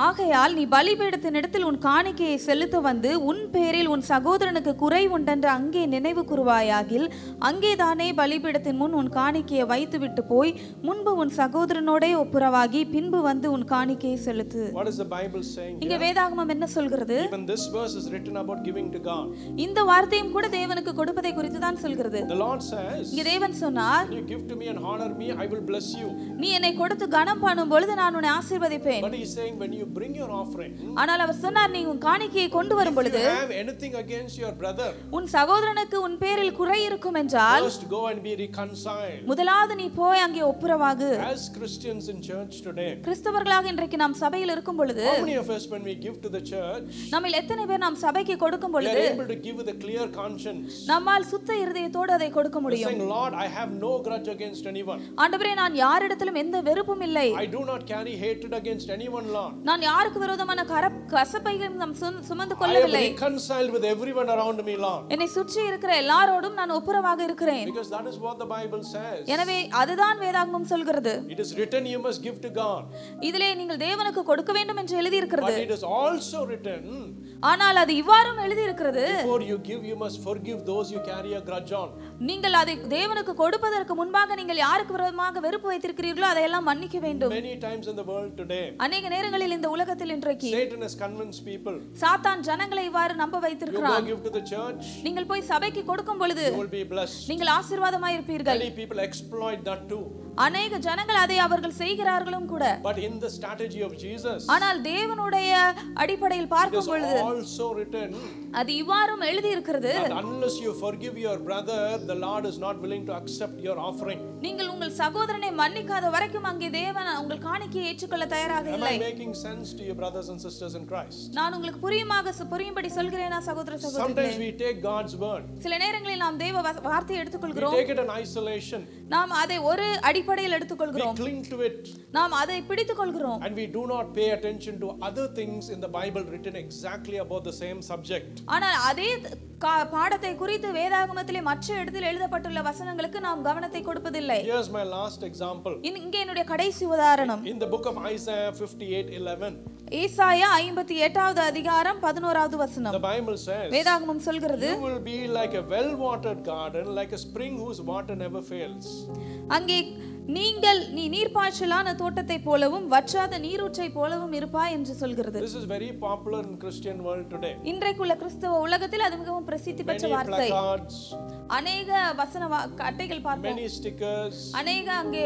ஆகையால் நீ பலிபீடத்தின் இடத்தில் உன் காணிக்கையை செலுத்த வந்து உன் பேரில் உன் சகோதரனுக்கு குறை உண்டென்று அங்கே நினைவு கூறுவாயாகில் அங்கேதானே பலிபீடத்தின் முன் உன் காணிக்கையை வைத்துவிட்டு போய் முன்பு உன் சகோதரனோடே ஒப்புரவாகி பின்பு வந்து உன் காணிக்கையை செலுத்து
What is the Bible saying? here?
இங்க வேதாகமம் என்ன சொல்கிறது
Even this verse is written about giving to God.
இந்த வார்த்தையும் கூட தேவனுக்கு கொடுப்பதை குறித்து தான் சொல்கிறது
The Lord says,
இங்க தேவன் சொன்னார்
When you give to me and honor me, I will bless you.
நீ என்னை கொடுத்து கனம் பண்ணும் பொழுது நான் உன்னை ஆசீர்வதிப்பேன்
But He's saying, when you bring your offering,
ஆனால் அவர் சொன்னார் நீ உன் காணிக்கையை கொண்டு வரும்
if
பொழுது
you have anything against your brother,
உன் சகோதரனுக்கு உன் பேரில் குறை இருக்கும் என்றால்
First, go and be reconciled.
முதலாவது நீ போய் அங்கே ஒப்புரவாகு
As Christians in church today,
கிறிஸ்தவர்களாக இன்றைக்கு நாம் சபையில் இருக்கும் பொழுது
how many of us, when we give to the church,
நம்மில் எத்தனை பேர் நாம் சபைக்கு கொடுக்கும்
we
பொழுது
are able to give with a clear conscience?
நம்மால் சுத்த இருதயத்தோடு அதை கொடுக்க
We're
முடியும்
saying, Lord, I have no grudge against anyone.
ஆண்டவரே நான் யாரிடத்திலும் எந்த வெறுப்பும் இல்லை
I do not carry hatred against anyone, Lord.
நான் யாருக்கு விரோதமான கரப் கசப்பையும் நாம் சும- சுமந்து
I am
கொள்ளவில்லை
reconciled with everyone around me, Lord.
என்னை சுற்றி இருக்கிற எல்லாரோடும் நான் ஒப்புரவாக இருக்கிறேன்
Because that is what the Bible says.
எனவே அதுதான் வேதாகமம் சொல்கிறது
It is written, you must give to God.
இதிலே நீங்கள் தேவனுக்கு கொடுக்க வேண்டும் என்று
But
எழுதியிருக்கிறது
it is also written,
ஆனால் அது இவ்வாறும் எழுதியிருக்கிறது
before you give, you must forgive those you carry a grudge on.
நீங்கள் அதை தேவனுக்கு கொடுப்பதற்கு முன்பாக நீங்கள் யாருக்கு விரோதமாக வெறுப்பு வைத்திருக்கிறீர்களோ அதையெல்லாம் மன்னிக்க வேண்டும்
Many times in the world today,
அநேக நேரங்களில் இந்த உலகத்தில் இன்றைக்கு
Satan has convinced people
சாத்தான் ஜனங்களை இவ்வாறு நம்ப
You
வைத்திருக்கிறான்
go give to the church,
நீங்கள் போய் சபைக்கு கொடுக்கும் பொழுது
you will be blessed.
நீங்கள் ஆசீர்வாதமாயிருப்பீர்கள்
Many people exploit that too.
அநேக ஜனங்கள் அதை அவர்கள் செய்கிறார்களும் கூட
But in the strategy of Jesus,
ஆனால் தேவனுடைய அடிப்படையில்
it is
பார்க்கும் பொழுது
also written
அது இவ்வாறும் எழுதியிருக்கிறது
that unless you forgive your brother, the Lord is not willing to accept your offering.
நீங்கள் உங்கள் சகோதரனை மன்னிக்காத வரைக்கும் அங்கே தேவன் உங்கள் காணிக்கையை ஏற்றுக்கொள்ள தயாராக
Am
இல்லை
I making sense to you, brothers and sisters in Christ?
நான் உங்களுக்கு புரியுமாக புரியும்படி சொல்கிறேனா சகோதர சகோதரி
Sometimes we take God's word,
சில நேரங்களில் நாம் தேவ வ- வார்த்தையை
we
எடுத்துக்கொள்கிறோம்
take it in isolation,
நாம் அதை ஒரு அடிப்படையில்
we
எடுத்துக்கொள்கிறோம்
cling to it,
நாம் அதை பிடித்துக் கொள்கிறோம்
and we do not pay attention to other things in the Bible written exactly about the same subject.
ஆனால் அதே த- கா- பாடத்தை குறித்து வேதாகமத்திலே மற்ற இடத்தில் எழுதப்பட்டுள்ள வசனங்களுக்கு நாம் கவனத்தை கொடுப்பதில்லை
Here's my last example.
இன்- இங்கே என்னுடைய கடைசி உதாரணம்
In the book of Isaiah 58 11,
ஈசாயா ஐம்பத்தி எட்டாவது அதிகாரம் பதினோராவது வசனம்
The Bible says,
வேதாகமம் சொல்கிறது
You will be like a well watered garden, like a spring whose water never fails.
அங்கே நீங்கள் நீ நீர்ப்பாய்ச்சலான தோட்டத்தை போலவும் வற்றாத நீரூற்றை போலவும் இருப்பாய் என்று சொல்கிறது
This is very popular in Christian world today.
இன்றைக்குள்ள கிறிஸ்தவ உலகத்தில் அது மிகவும் பிரசித்தி பெற்ற
Many
வார்த்தை
placards,
அநேக வசன வா- அட்டைகள் பார்ப்போம்
many stickers.
அநேக அங்கே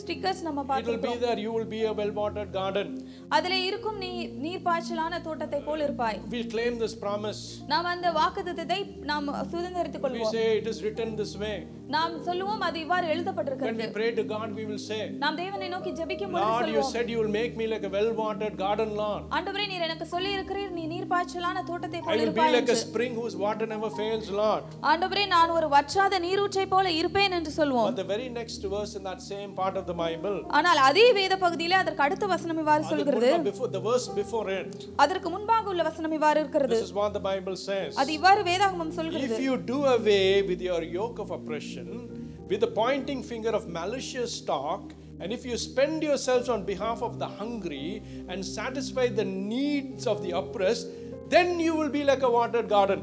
ஸ்டிக்கர்ஸ் நம்ம
It will
பார்க்கிறோம்
be there, you will be a well watered garden.
அதிலே இருக்கும் நீ நீர்ப்பாய்ச்சலான தோட்டத்தை போல் இருப்பாய்
We claim this promise.
நாம் அந்த வாக்குத்தத்தை நாம் சுதந்திரித்துக்
We
கொள்வோம்
say it is written this way.
நாம் சொல்லுவோம் அது இவ்வாறு
When
எழுதப்பட்டிருக்கிறது
we pray to God, we will say,
நாம் தேவனை நோக்கி ஜெபிக்கும் பொழுது
Lord, you
சொல்லுவோம்
said you will make me like a well watered garden, Lord.
ஆண்டவரே நீர் எனக்கு சொல்லி இருக்கிறீர் நீ நீர்ப்பாய்ச்சலான தோட்டத்தை
I
போல்
will be
இருப்பாய்
like a
என்று
spring whose water never fails, Lord.
ஆண்டவரே நான் ஒரு ஒரு வற்றாத நீரூற்றை போல இருப்பேன் என்று சொல்வோம்
But the very next verse in that same part of the Bible,
ஆனால் அதே வேத பகுதியிலே அதற்கு அடுத்த வசனம் இவ்வாறு
the,
சொல்கிறது
book before, the verse before it,
அதற்கு முன்பாக உள்ள வசனம் இவ்வாறு இருக்கிறது
this is what the Bible says.
அது இவ்வாறு வேதாகமம் சொல்கிறது
If you do away with your yoke of oppression, with the pointing finger of malicious talk, and if you spend yourselves on behalf of the hungry and satisfy the needs of the oppressed, then you will be like a watered garden.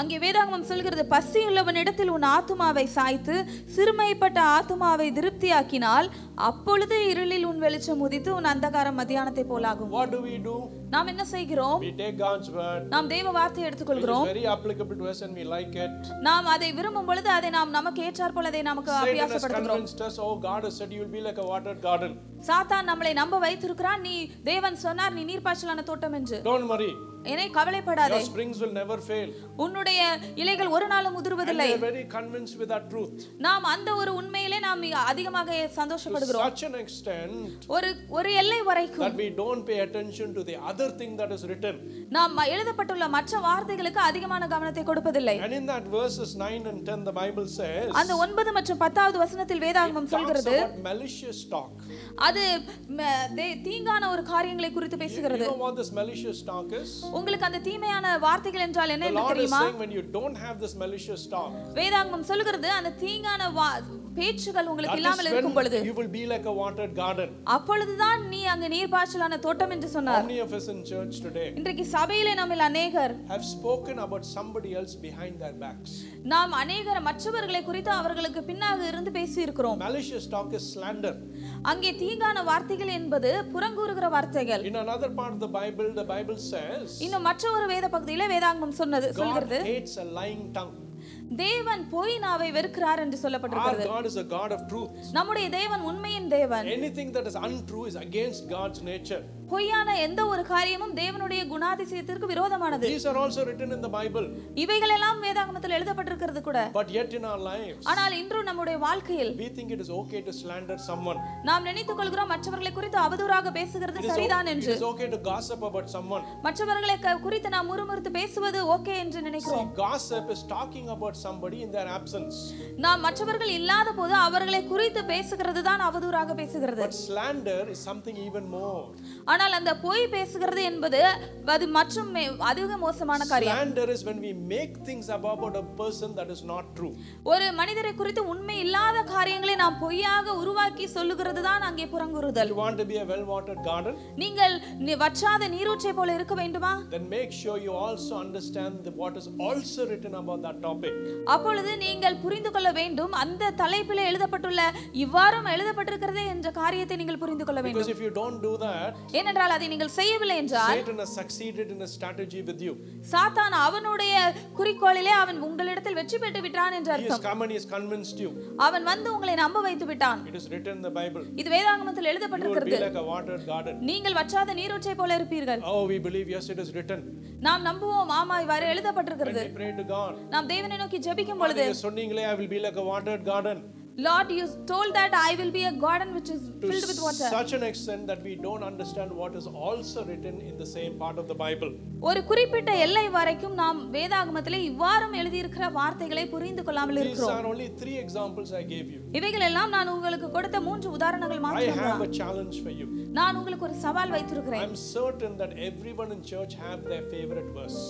அங்கே வேதாகமம் சொல்கிறது பசியுள்ளவனிடத்தில் உன் ஆத்துமாவை சாய்த்து சிறுமைப்பட்ட ஆத்துமாவை திருப்தியாக்கினால் அப்பொழுது இருளில் உன் வெளிச்சம் உதித்து உன் அந்தகாரம் மத்தியானத்தை போலாகும்
What do we do?
நாம் என்ன செய்கிறோம்
We take God's word,
நாம் தெய்வ வார்த்தையை
it
எடுத்துக்கொள்கிறோம்
is very applicable to us and we like it.
நாம் அதை விரும்பும் பொழுது அதை நாம் நமக்கு ஏற்றாற்போல் அதை நமக்கு
Satan has
அபியாசப்படுத்துகிறோம்
convinced us, oh, God has said you will be like a watered garden.
சாத்தான் நம்மளை நம்ப வைத்திருக்கிறான் நீ தேவன் சொன்னார் நீ நீர்ப்பாய்ச்சலான தோட்டம் என்று
Don't worry,
என்னை கவலைப்படாதே
your springs will never fail.
உன்னுடைய இலைகள் ஒரு நாளும்
And
உதிர்வதில்லை
we are very convinced with that truth.
நாம் அந்த ஒரு உண்மையிலே நாம் மிக அதிகமாக
To
சந்தோஷப்படுகிறோம்
such an extent,
ஒரு ஒரு எல்லை வரைக்கும்
that we don't pay attention to the other thing that is written.
நாம் எழுதப்பட்டுள்ள மற்ற வார்த்தைகளுக்கு அதிகமான கவனத்தை கொடுப்பதில்லை
And in that verses 9 and 10, the Bible says,
அந்த ஒன்பது மற்றும் பத்தாவது வசனத்தில் வேதாகமம்
talks
சொல்கிறது
about malicious talk.
அது ம, தே- தீங்கான ஒரு காரியங்களை குறித்து
You
பேசுகிறது
know what this malicious talk is?
உங்களுக்கு அந்த தீமையான வார்த்தைகள் என்றால் என்ன
The
என்று
Lord is
தெரியுமா
saying when you don't have this malicious talk,
வேதாகமம் சொல்கிறது அந்த தீங்கான வா- பேச்சுகள் உங்களுக்கு
that
இல்லாமல்
is
இருக்கும் பொழுது
when you will be like a watered garden.
அப்பொழுதுதான் நீ அங்கு நீர்ப்பாய்ச்சலான தோட்டம் என்று
How
சொன்னார்
many of us in church today
இன்றைக்கு சபையிலே நம்மில் அநேகர்
have spoken about somebody else behind their backs?
நாம் அநேகர் மற்றவர்களை குறித்து அவர்களுக்கு பின்னாக இருந்து பேசி இருக்கிறோம்
Malicious talk is slander.
அங்கே தீங்கான வார்த்தைகள் என்பது புறங்கூறுகிற வார்த்தைகள்
In another part of the Bible, the Bible says,
இன்னும் மற்ற ஒரு வேத பகுதியில வேதாங்கமம் சொன்னது
God
சொல்கிறது
hates a lying tongue.
தேவன் பொய் நாவை வெறுக்கிறார் என்று
Our
சொல்லப்பட்டிருக்கிறது
God is a God of truth.
நம்முடைய தேவன் உண்மையின் தேவன்
Anything that is untrue is against God's nature.
பொய்யான எந்த ஒரு காரியமும் தேவனுடைய குணாதிசயத்திற்கு விரோதமானது
These are also written in the Bible,
இவைகளெல்லாம் வேதாகமத்தில் எழுதப்பட்டிருக்கிறது கூட
but yet in our lives,
ஆனால் இன்றும் நம்முடைய வாழ்க்கையில்
we think it is okay to slander someone.
நாம் நினைத்துக் கொள்கிறோம் மற்றவர்களை குறித்து அவதூறாக பேசுகிறது
It is, o-
சரிதான்
it
என்று
is okay to gossip about someone.
மற்றவர்களை க- குறித்து நாம் முறுமுறுத்து பேசுவது ஓகே என்று நினைக்கிறோம்
See, gossip is talking about somebody in their absence,
நாம் மற்றவர்கள் இல்லாத போது அவர்களை குறித்து பேசுகிறது தான் அவதூறாக பேசுகிறது
but slander is something even more.
ஆனால் அந்த பொய் பேசுகிறது என்பது அது மற்றும் மே- அதிக மோசமான காரியம்
Slander is when we make things up about a person that is not true.
ஒரு மனிதரை குறித்து உண்மை இல்லாத காரியங்களை நாம் பொய்யாக உருவாக்கி சொல்லுகிறது தான் அங்கே புறங்குறுதல்
You want to be a well watered garden?
நீங்கள் நி- வற்றாத நீரூற்றை போல இருக்க வேண்டுமா
Then make sure you also understand the, what is also written about that topic.
அப்பொழுது நீங்கள் புரிந்து கொள்ள வேண்டும் அந்த தலைப்பில் எழுதப்பட்டுள்ள இவ்வாறும் எழுதப்பட்டிருக்கிறதே என்ற காரியத்தை நீங்கள் புரிந்து கொள்ள வேண்டும்
Because if you don't do that,
ஏனென்றால் அதை நீங்கள் செய்யவில்லை என்றால்
Satan has succeeded in a strategy with you.
சாத்தான் அவனுடைய குறிக்கோளிலே அவன் உங்களிடத்தில் வெற்றி பெற்று விட்டான் என்று
He
அர்த்தம்
has come and he has convinced you.
அவன் வந்து உங்களை நம்ப வைத்து விட்டான்
It is written in the Bible.
இது வேதாங்கமத்தில்
You will be
எழுதப்பட்டிருக்கிறது
like a watered garden.
நீங்கள் வற்றாத நீரூற்றை போல இருப்பீர்கள்
Oh, we believe, yes, it is written.
நாம் நம்புவோம் ஆமா இவ்வாறு எழுதப்பட்டிருக்கிறது
We pray to God.
நாம் தேவனை நோக்கி ஜெபிக்கும் பொழுது
நீங்க சொன்னீங்களே, I will be like a watered garden.
Lord you told that i will be a garden which is
To
filled with water
such an extent that we don't understand what is also written in the same part of the Bible.
ஒரு குறிப்பிட்ட எல்லை வரைக்கும் நாம் வேதாகமத்திலே இவ்வாறும் எழுதியிருக்கிற வார்த்தைகளை புரிந்து கொள்ளாமல்
These
இருக்கிறோம்
are only three examples I gave you.
இவைகள் எல்லாம் நான் உங்களுக்கு கொடுத்த மூன்று உதாரணங்கள்
I have
மாத்திரம்
a challenge for you.
நான் உங்களுக்கு ஒரு சவால் வைத்திருக்கிறேன்
I'm certain that everyone in church have their favorite verse.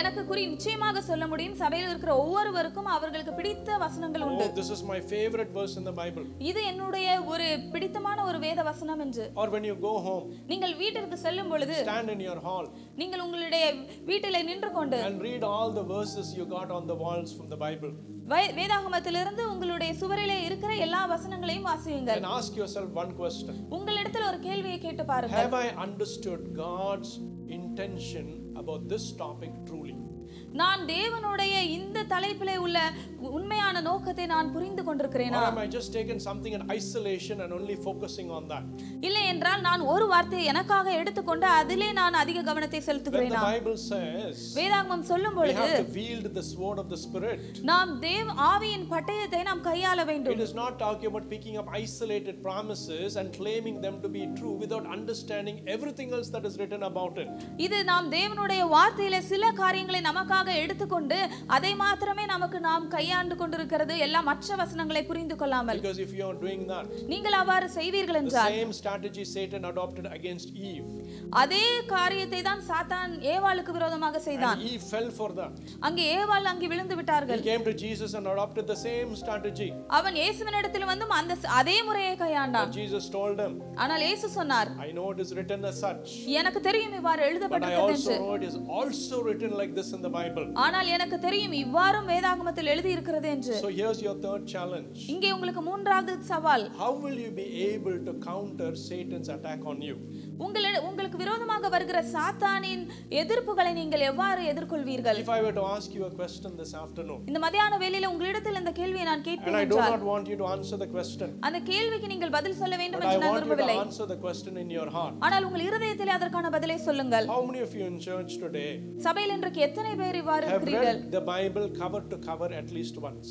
எனக்கு குறி நிச்சயமாக சொல்ல முடியும் சபையில் இருக்கிற ஒவ்வொருவருக்கும் அவர்களுக்கு பிடித்த வசனங்கள் உண்டு
Oh, this is my favorite verse in the Bible.
இது என்னுடைய ஒரு பிடித்தமான ஒரு வேத வசனம் என்று
Or when you go home,
நீங்கள் வீட்டிற்கு செல்லும் பொழுது
stand in your hall
நீங்கள் உங்களுடைய வீட்டிலே நின்று கொண்டு
and read all the verses you got on the walls from the Bible
வே- வேதாகமத்திலிருந்து உங்களுடைய சுவரிலே இருக்கிற எல்லா வசனங்களையும் வாசியுங்கள்
and ask yourself one question
உங்களிடத்தில் ஒரு கேள்வியை கேட்டு பாருங்கள்
Have I understood God's intention about this topic truly?
நான் தேவனுடைய இந்த தலைப்பிலே உள்ள உண்மையான நோக்கத்தை நான் புரிந்து
Or
கொண்டிருக்கிறேனா
am I just taking something in isolation and only focusing on that?
இல்லை என்றால் நான் ஒரு வார்த்தையை எனக்காக எடுத்துக்கொண்டு அதிலே நான் அதிக கவனத்தை
When the
செலுத்துகிறேனா
Bible says
வேதாகமம் சொல்லும்
we
பொழுது
have to wield the sword of the Spirit,
நாம் தேவ் ஆவியின் பட்டயத்தை நாம் கையாள வேண்டும்
it is not talking about picking up isolated promises and claiming them to be true without understanding everything else that is written about it.
இது நாம் தேவனுடைய வார்த்தையில சில காரியங்களை நமக்காக குறிப்பாக எடுத்துக்கொண்டு அதை மாத்திரமே நமக்கு நாம் கையாண்டு கொண்டிருக்கிறது எல்லா மற்ற வசனங்களை புரிந்து கொள்ளாமல்
Because if you are doing that,
நீங்கள் அவ்வாறு செய்வீர்கள்
the
என்றால்
same strategy Satan adopted against Eve.
அதே காரியத்தை தான் சாத்தான் ஏவாளுக்கு விரோதமாக செய்தான்
And Eve fell for that.
அங்கே ஏவாள் அங்கே விழுந்து
He
விட்டார்கள்
came to Jesus and adopted the same strategy.
அவன் இயேசுவினிடத்தில் வந்து அந்த ச- அதே முறையை கையாண்டான்
And Jesus told him,
ஆனால் இயேசு சொன்னார்
I know it is written as such,
எனக்கு தெரியும் இவ்வாறு
but I
எழுதப்பட்டிருக்கிறது என்று
also know it is also written like this in the Bible.
ஆனால் எனக்கு தெரியும் இவ்வாறும் வேதாகமத்தில் எழுதி இருக்கிறது என்று
So here's your third challenge.
இங்கே உங்களுக்கு மூன்றாவது சவால்
How will you be able to counter Satan's attack on you?
உங்கள உங்களுக்கு விரோதமாக வருகிற சாத்தானின் எதிர்ப்புகளை நீங்கள் எவ்வாறு எதிர்கொள்வீர்கள்
If I were to ask you a question this afternoon,
இந்த மதியான வேளையில உங்களிடத்தில் இந்த கேள்வியை நான்
and
கேட்பேன்
I do
என்றால்
not want you to answer the question,
அந்த கேள்விக்கு நீங்கள் பதில் சொல்ல வேண்டும்
but I
என்று நான்
want you to
விரும்பவில்லை
answer the question in your heart.
ஆனால் உங்கள் இருதயத்திலே அதற்கான பதிலை சொல்லுங்கள்
How many of you in church today
சபையில் இன்றைக்கு எத்தனை பேர் இவ்வாறு
have
இருக்கிறீர்கள்
read the Bible cover to cover at least once?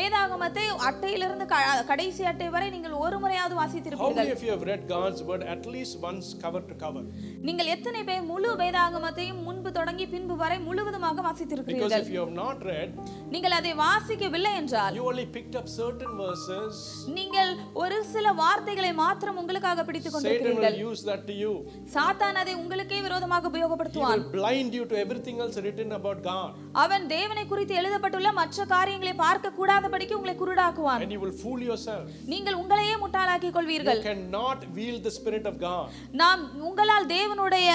வேதாகமத்தை அட்டையிலிருந்து க- கடைசி அட்டை வரை நீங்கள் ஒரு முறையாவது
How
வாசித்திருப்பீர்கள்
many of you have read God's word at least once cover to cover?
நீங்கள் எத்தனை பேர் முழு வேதாகமத்தையும் முன்பு தொடங்கி பின்பு வரை முழுவதுமாக
Because
வாசித்திருக்கிறீர்கள்
if you have not read,
நீங்கள் அதை வாசிக்கவில்லை என்றால்
you only picked up certain verses.
நீங்கள் ஒரு சில வார்த்தைகளை மாத்திரம் உங்களுக்காக பிடித்துக்
Satan
கொண்டிருக்கிறீர்கள்
will use that to you.
சாத்தான் அதை உங்களுக்கே விரோதமாக
He
உபயோகப்படுத்துவான்
will blind you to everything else written about God.
அவன் தேவனை குறித்து எழுதப்பட்டுள்ள மற்ற காரியங்களை பார்க்க கூடாதபடிக்கு உங்களை குருடாக்குவான்
And you will fool yourself.
நீங்கள் உங்களையே முட்டாளாக்கிக் கொள்வீர்கள்
You cannot wield the Spirit of God.
நாம் உங்களால் தேவனுடைய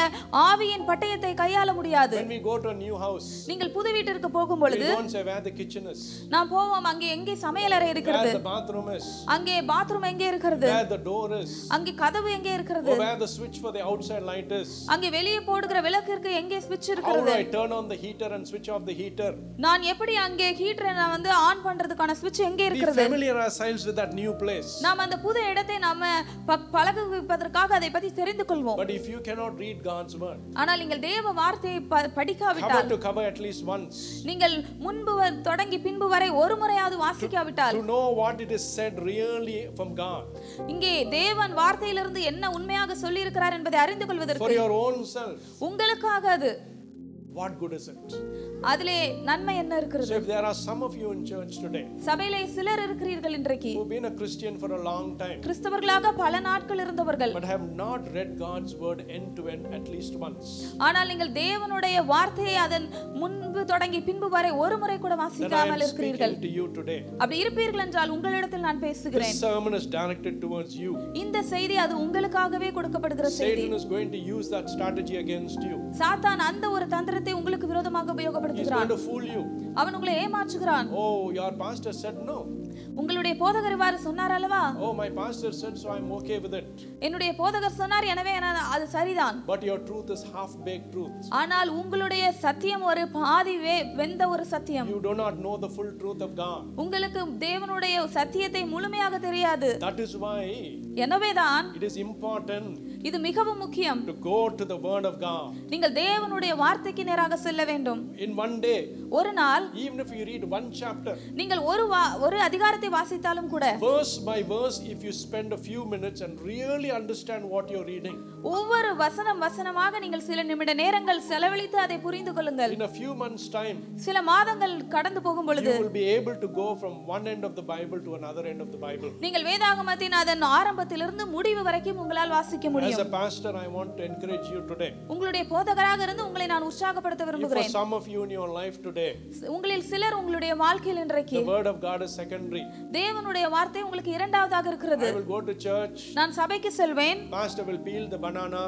ஆவியின் பட்டயத்தை கையாள முடியாது
When we go to a new house,
நீங்கள் புது வீட்டிற்கு போகும் பொழுது
we won't say where the kitchen is,
நாம் போவோம் அங்கே எங்கே சமையலறை இருக்கிறது
where the bathroom is,
அங்கே பாத்ரூம் எங்கே இருக்கிறது
where the door is,
அங்கே கதவு எங்கே இருக்கிறது
or where the switch for the outside light is.
அங்கே வெளியே போடுகிற விளக்கிற்கு எங்கே ஸ்விட்ச்
How
இருக்கிறது
do I turn on the heater and switch off the heater?
நான் எப்படி அங்கே ஹீட்டரை நான் வந்து ஆன் பண்றதுக்கான ஸ்விட்ச் எங்கே
We
இருக்கிறது
familiar ourselves with that new place.
நாம் அந்த புது இடத்தை நாம ப- பழக வைப்பதற்காக அதை பத்தி தெரிந்து கொள்வோம்
But if you cannot read God's word,
ஆனால் நீங்கள் தேவ வார்த்தையை ப- படிக்காவிட்டால்
cover to cover at least once,
நீங்கள் முன்பு வ- தொடங்கி பின்பு வரை ஒரு முறையாவது வாசிக்காவிட்டால்
to know what it is said really from God.
இங்கே தேவன் வார்த்தையிலிருந்து என்ன உண்மையாக சொல்லி இருக்கிறார் என்பதை அறிந்து
For
கொள்வதற்கு
your own self,
உங்களுக்காக அது
what good is it?
அதிலே நன்மை என்ன இருக்கிறது
So if there are some of you in church today
சபையிலே சிலர் இருக்கிறீர்கள் இன்றைக்கு
who've been a Christian for a long time
கிறிஸ்தவர்களாக பல நாட்கள் இருந்தவர்கள்
but have not read God's word end to end at least once,
ஆனால் நீங்கள் தேவனுடைய வார்த்தையை அதன் முன்பு தொடங்கி பின்பு வரை ஒரு முறை கூட
then I am
வாசிக்காமல் இருக்கிறீர்கள்
speaking to you today.
அப்படி இருப்பீர்கள் என்றால் உங்களிடத்தில் நான் பேசுகிறேன்
This sermon is directed towards you.
இந்த செய்தி அது உங்களுக்காகவே கொடுக்கப்படுகிற செய்தி
Satan is going to use that strategy against you.
சாத்தான் அந்த ஒரு தந்திரத்தை உங்களுக்கு விரோதமாக
He's
உபயோகப்படுத்துகிறான்
going to fool you.
அவன் உங்களை ஏமாற்றுகிறான்
Oh, your pastor said no.
உங்களுடைய போதகர் இவ்வாறு சொன்னார் அல்லவா
Oh, my pastor said so, I'm okay with it.
என்னுடைய போதகர் சொன்னார் எனவே நான் அது சரிதான்
But your truth is half baked truth.
ஆனால் உங்களுடைய சத்தியம் ஒரு பாதி வே- வெந்த ஒரு சத்தியம்
You do not know the full truth of God.
உங்களுக்கு தேவனுடைய சத்தியத்தை முழுமையாக தெரியாது
That is why
எனவேதான்
it is important
இது மிகவும் முக்கியம்
to go to the word of God.
நீங்கள் தேவனுடைய வார்த்தைக்கு நேராக செல்ல வேண்டும்
In one day,
ஒரு நாள்
even if you read one chapter,
நீங்கள் ஒரு வா- ஒரு அதிகாரத்தை வாசித்தாலும் கூட
verse by verse, if you spend a few minutes and really understand what you're reading,
ஒவ்வொரு வசனம் வசனமாக நீங்கள் சில நிமிட நேரங்கள் செலவழித்து அதை புரிந்து கொள்ளுங்கள்
in a few months' time,
சில மாதங்கள் கடந்து போகும் பொழுது
you will be able to go from one end of the Bible to another end of the Bible.
நீங்கள் வேதாகமத்தின் அதன் ஆரம்பத்திலிருந்து முடிவு வரைக்கும் உங்களால் வாசிக்க
As
முடியும்
a pastor, I want to encourage you today.
உங்களுடைய போதகராக இருந்து உங்களை நான் உற்சாகப்படுத்த
If for
விரும்புகிறேன்
some of you in your life today,
உங்களில் சிலர் உங்களுடைய வாழ்க்கையில் இன்றைக்கு
the word of God is secondary,
தேவனுடைய வார்த்தை உங்களுக்கு இரண்டாவதாக இருக்கிறது
I will go to church,
நான் சபைக்கு செல்வேன்
pastor will peel the banana,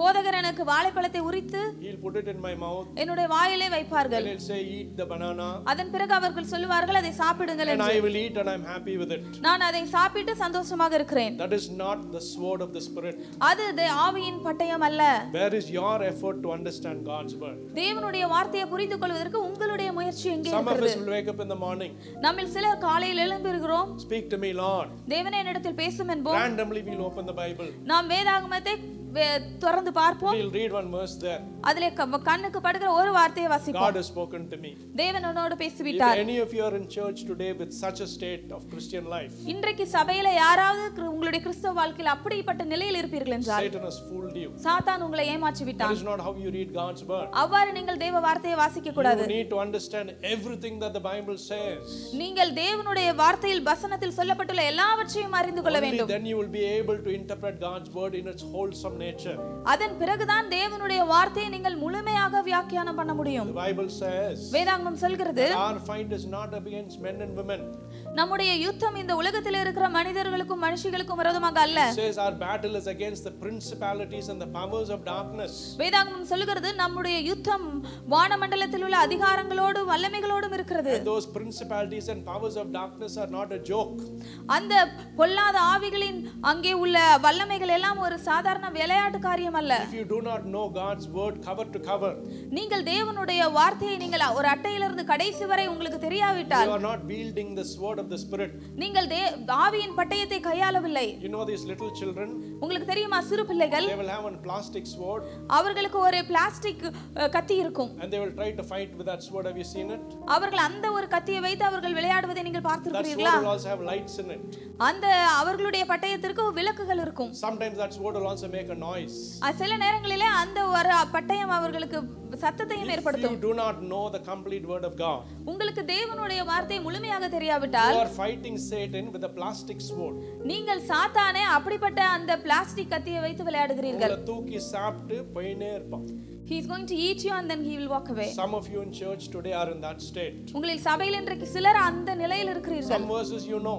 போதகர் எனக்கு வாழைப்பழத்தை உரித்து
he'll put it in my mouth,
என்னுடைய வாயிலே வைப்பார்கள்
and he'll say, Eat the banana,
அதன் பிறகு அவர்கள் சொல்லுவார்கள் அதை சாப்பிடுங்கள்
and
என்று
I will eat and I'm happy with it.
நான் அதை சாப்பிட்டு சந்தோஷமாக இருக்கிறேன்
That is not the sword of the Spirit.
அது தே- ஆவியின் பட்டயம் அல்ல
Where is your effort to understand God's word?
தேவனுடைய வார்த்தையை புரிந்து கொள்வதற்கு உங்களுடைய முயற்சி எங்கே
Some of
இருக்கிறது
us will wake up in the morning,
நம்மில் சிலர் காலையில் எழும்பிருக்கிறோம்
speak to me, Lord.
தேவனே என்னிடத்தில் பேசும்
Oh.
என்போம்
Randomly, we'll open the Bible.
நாம் வேதாகமத்தை வே- திறந்து பார்ப்போம்
Oh. We'll read one verse there.
அதிலே க- கண்ணுக்கு படுகிற ஒரு வார்த்தையை வாசிப்போம்
God has spoken to me.
தேவன் உன்னோடு
If
பேசிவிட்டார்
any of you are in church today with such a state of Christian life,
இன்றைக்கு சபையில யாராவது கிரு- உங்களுடைய கிறிஸ்தவ வாழ்க்கையில் அப்படிப்பட்ட நிலையில் இருப்பீர்கள் என்றால்
Satan has fooled you.
சாத்தான் உங்களை ஏமாற்றி
That
விட்டான்
is not how you read God's word.
அவ்வாறு நீங்கள் தேவ வார்த்தையை வாசிக்க கூடாது
You need to understand everything that the Bible says.
நீங்கள் தேவனுடைய வார்த்தையில் வசனத்தில் சொல்லப்பட்டுள்ள எல்லாவற்றையும் அறிந்து கொள்ள
Only
வேண்டும்
then you will be able to interpret God's word in its wholesome nature.
அதன் பிறகுதான் தேவனுடைய வார்த்தையை நீங்கள் முழுமையாக வியாக்கியானம் பண்ண முடியும்
The Bible says,
வேதாங்கமம் சொல்கிறது
that Our fight is not against men and women.
நம்முடைய யுத்தம் இந்த உலகத்தில் இருக்கிற மனிதர்களுக்கும் மனுஷிகளுக்கும் விரோதமாக அல்ல
It says our battle is against the principalities and the powers of darkness.
வேதாங்கமம் சொல்கிறது நம்முடைய யுத்தம் வானமண்டலத்தில் உள்ள அதிகாரங்களோடும் வல்லமைகளோடும் இருக்கிறது
And those principalities and powers of darkness are not a joke.
அந்த பொல்லாத ஆவிகளின் அங்கே உள்ள வல்லமைகள் எல்லாம் ஒரு சாதாரண விளையாட்டு காரியம் அல்ல
If you do not know God's word cover to cover,
நீங்கள் தேவனுடைய வார்த்தையை நீங்கள் ஒரு அட்டையிலிருந்து கடைசி வரை உங்களுக்கு தெரியாவிட்டால்
you are not wielding the sword of the Spirit.
நீங்கள் தே ஆவியின் பட்டயத்தை கையாளவில்லை
You know these little children?
உங்களுக்கு தெரியுமா சிறு பிள்ளைகள்
They will have a plastic sword
அவர்களுக்கு ஒரு பிளாஸ்டிக் அஹ், கத்தி இருக்கும்
and they will try to fight with that sword. Have you seen it?
அவர்கள் அந்த ஒரு கத்தியை வைத்து அவர்கள் விளையாடுவதை நீங்கள்
That
பார்த்திருக்கிறீர்களா
sword will also have lights in it.
அந்த அவர்களுடைய பட்டயத்திற்கு விளக்குகள் இருக்கும்
Sometimes that sword will also make a noise.
அஹ், சில நேரங்களிலே அந்த ஒரு பட்டயம் அவர்களுக்கு சத்தத்தையும்
If
ஏற்படுத்தும்
you do not know the complete word of God,
உங்களுக்கு தேவனுடைய வார்த்தை முழுமையாக தெரியாவிட்டால்
you are fighting Satan with a plastic sword.
நீங்கள் சாத்தானே அப்படிப்பட்ட அந்த பிளாஸ்டிக் கத்தியை வைத்து விளையாடுகிறீர்கள்
உங்களை தூக்கி சாப்பிட்டு போயினே இருப்பான்
he is going to eat you and then he will walk away
some of you in church today are in that state
உங்களில் சபையில் இன்றைக்கு சிலர் அந்த நிலையில் இருக்கிறீர்கள்
some verses you know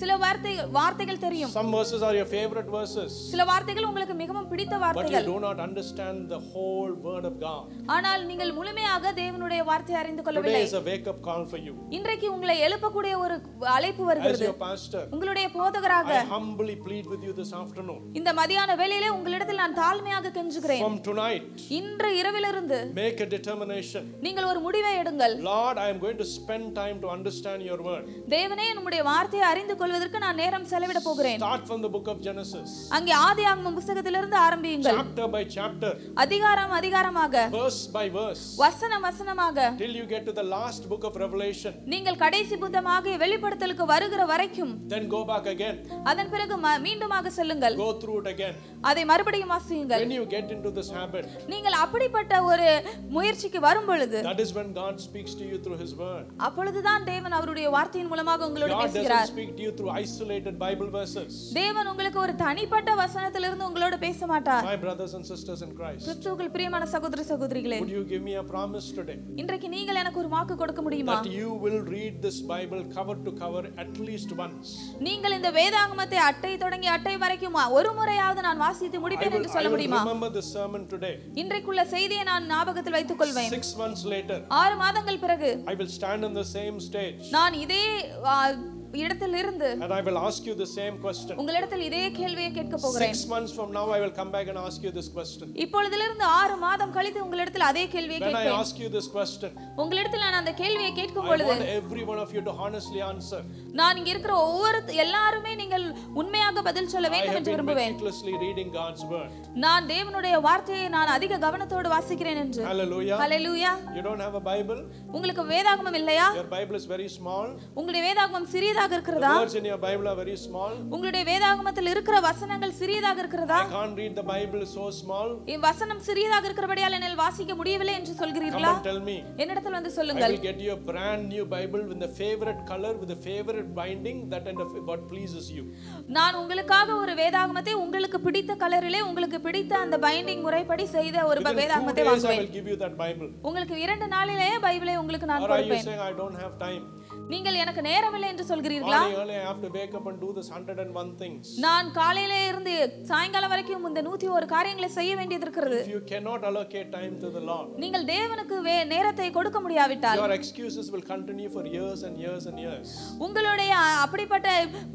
சில வார்த்தை வார்த்தைகள் தெரியும்
some verses are your favorite verses
சில வார்த்தைகள் உங்களுக்கு மிகவும் பிடித்த
but you
வார்த்தைகள்
do not understand the whole word of god
ஆனால் நீங்கள் முழுமையாக தேவனுடைய வார்த்தையை அறிந்து
today
கொள்ளவில்லை
is a wake up call for you
இன்றைக்கு உங்களை எழுப்பக்கூடிய ஒரு அழைப்பு
as
வருகிறது
your pastor
உங்களுடைய போதகராக
i humbly plead with you this afternoon
இந்த மதியான வேளையிலே உங்களிடத்தில் நான் தாழ்மையாக கெஞ்சுகிறேன்
from tonight
இன்று இரவிலிருந்து
make a determination
நீங்கள் ஒரு முடிவை எடுங்கள்
lord i am going to spend time to understand your word
தேவனே நம்முடைய வார்த்தையை அறிந்து கொள்வதற்கு நான் நேரம் செலவிட போகிறேன்
start from the book of genesis
அங்கே ஆதி ஆகம புஸ்தகத்திலிருந்து ஆரம்பியுங்கள்
chapter by chapter
அதிகாரம் அதிகாரமாக
verse by verse
வசனம் வசனமாக
till you get to the last book of revelation
நீங்கள் கடைசி புத்தமாகிய வெளிப்படுத்தலுக்கு வருகிற வரைக்கும்
then go back again
அதன் பிறகு ம- மீண்டுமாக செல்லுங்கள்
go through it again
அதை மறுபடியும் வாசியுங்கள்
when you get into this habit
நீங்கள் அப்படிப்பட்ட ஒரு முயற்சிக்கு வரும் பொழுது
that is when god speaks to you through his word
அப்பொழுதுதான் தேவன் அவருடைய வார்த்தையின் மூலமாக உங்களோடு
god
பேசுகிறார்
doesn't speak to you through isolated bible verses
தேவன் உங்களுக்கு ஒரு தனிப்பட்ட வசனத்திலிருந்து உங்களோடு பேச மாட்டார்
my brothers and sisters in christ
கிறிஸ்துவுக்குள் பிரியமான சகோதர சகோதரிகளே
would you give me a promise today
இன்றைக்கு நீங்கள் எனக்கு ஒரு வாக்கு கொடுக்க முடியுமா
that you will read this bible cover to cover at least once
நீங்கள் இந்த வேதாகமத்தை அட்டை தொடங்கி அட்டை வரைக்கும் ஒரு முறையாவது நான் வாசித்து முடிப்பேன் என்று
i
சொல்ல
will
முடியுமா
remember this sermon today
இன்றைக்குள்ள செய்தியை நான் ஞாபகத்தில் வைத்துக் கொள்வேன்
6 months later
ஆறு மாதங்கள் பிறகு
i will stand on the same stage
நான் இதே ஆ, இடத்திலிருந்து
and i will ask you the same question
உங்களிடத்தில் இதே கேள்வியை கேட்க போகிறேன்
6 months from now i will come back and ask you this question
இப்பொழுதிலிருந்து ஆறு மாதம் கழித்து உங்களிடத்தில் அதே கேள்வியை
when i
கேட்பேன்
ask you this question
உங்களிடத்தில் நான் அந்த கேள்வியை கேட்கும்
I
பொழுது
want every one of you to honestly answer.
நான் இங்க இருக்கிற ஒவ்வொரு எல்லாருமே நீங்கள் உண்மையாக பதில் சொல்ல
I
வேண்டும்
have
என்று
been
விரும்புவேன்
meticulously reading God's word.
நான் தேவனுடைய வார்த்தையை நான் அதிக கவனத்தோடு வாசிக்கிறேன் என்று
Hallelujah.
Hallelujah
You don't have a Bible?
உங்களுக்கு வேதாகமம் இல்லையா
Your Bible is very small.
உங்களுடைய வேதாகமம் சிறியதாக
The
இருக்கிறதா
words in your Bible are very small.
உங்களுடைய வேதாகமத்தில் இருக்கிற வசனங்கள் சிறியதாக இருக்கிறதா
I can't read the Bible it's so small.
என் வசனம் சிறியதாக இருக்கிறபடியால் என்னால் வாசிக்க முடியவில்லை என்று
Come
சொல்கிறீர்களா
and tell me.
என்னிடத்தில் வந்து
I
சொல்லுங்கள்
will get you a brand new Bible with the favorite color, with the favorite binding, that and of what pleases you.
நான் உங்களுக்காக ஒரு வேதாகமத்தை உங்களுக்கு பிடித்த கலரிலே உங்களுக்கு பிடித்த அந்த பைண்டிங் முறைப்படி செய்த ஒரு ப-
Within two
வேதாகமத்தை
days, I
வாங்குவேன்
will give you that Bible.
உங்களுக்கு இரண்டு நாளிலேயே பைபிளை உங்களுக்கு நான்
Or are you
கொடுப்பேன்
saying I don't have time?
நீங்கள் எனக்கு நேரமில்லை என்று சொல்கிறீர்களா
Morning early, I have to wake up and do this 101 things.
நான் காலையில இருந்து சாயங்காலம் வரைக்கும் இந்த நூத்தி ஒரு காரியங்களை செய்ய வேண்டியது இருக்கிறது
If you cannot allocate time to the Lord,
நீங்கள் தேவனுக்கு வே நேரத்தை கொடுக்க முடியாவிட்டால்
Your excuses will continue for years and years and years.
உங்களுடைய அ- அப்படிப்பட்ட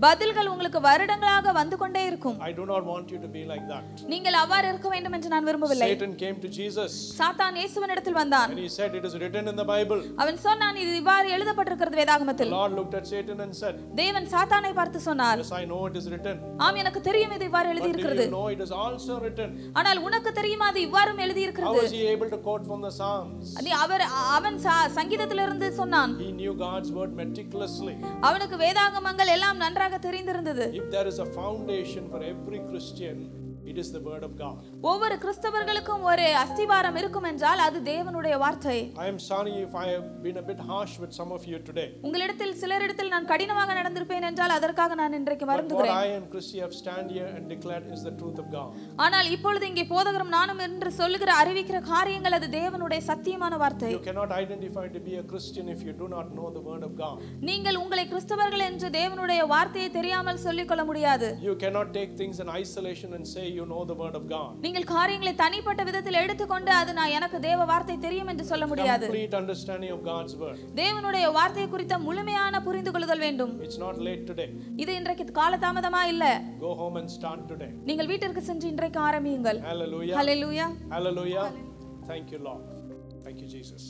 பதில்கள் உங்களுக்கு வருடங்களாக வந்து கொண்டே இருக்கும்
I do not want you to be like that.
நீங்கள் அவ்வாறு இருக்க வேண்டும் என்று நான் விரும்பவில்லை
Satan came to Jesus
சாத்தான் இயேசுவினிடத்தில் வந்தான்
and he said, It is written in the Bible.
அவன் சொன்னான் இது இவ்வாறு எழுதப்பட்டிருக்கிறது
The
வேதாகமத்தில்
Lord looked at Satan and said,
தேவன் சாத்தானை பார்த்து சொன்னார்
Yes, I know it is written.
ஆம் எனக்கு தெரியும் இது இவ்வாறு
But do
எழுதியிருக்கிறது
you know it is also written?
ஆனால் உனக்கு தெரியுமா அது இவ்வாறும்
How
எழுதியிருக்கிறது
was he able to quote from the Psalms?
நீ அவர் அவன் ச- சங்கீதத்திலிருந்து சொன்னான்
He knew God's word meticulously.
அவனுக்கு வேதாகமங்கள் எல்லாம் நன்றாக தெரிந்திருந்தது
If there is a foundation for every Christian, it is the word of God.
ஒவ்வொரு கிறிஸ்தவர்களுக்கும் ஒரு அஸ்திவாரம் இருக்கும் என்றால் அது தேவனுடைய வார்த்தை
I am sorry if I have been a bit harsh with some of you today.
உங்களிடத்தில் சிலரிடத்தில் நான் கடினமாக நடந்திருப்பேன் என்றால் அதற்காக நான் இன்றைக்கு
But what
வருந்துகிறேன்
I and Christy have stand here and declared is the truth of God.
ஆனால் இப்பொழுது இங்கே போதகரும் நானும் என்று சொல்லுகிற அறிவிக்கிற காரியங்கள் அது தேவனுடைய சத்தியமான வார்த்தை
You cannot identify to be a Christian if you do not know the word of God.
நீங்கள் உங்களை கிறிஸ்தவர்கள் என்று தேவனுடைய வார்த்தையை தெரியாமல் சொல்லிக்கொள்ள முடியாது
You cannot take things in isolation and say you know the word of God.
நீங்கள் காரியங்களை தனிப்பட்ட விதத்தில் எடுத்துக்கொண்டு அது நான் எனக்கு தேவ வார்த்தை தெரியும் என்று சொல்ல முடியாது
Complete understanding of God's word.
தேவனுடைய வார்த்தை குறித்த முழுமையான புரிந்து கொள்ளுதல் வேண்டும்
It's not late today.
இது இன்றைக்கு காலதாமதமா இல்ல
Go home and start today.
நீங்கள் வீட்டிற்கு சென்று இன்றைக்கு ஆரம்பியுங்கள்
Hallelujah.
Hallelujah
Hallelujah. Thank you, Lord. Thank you, Jesus.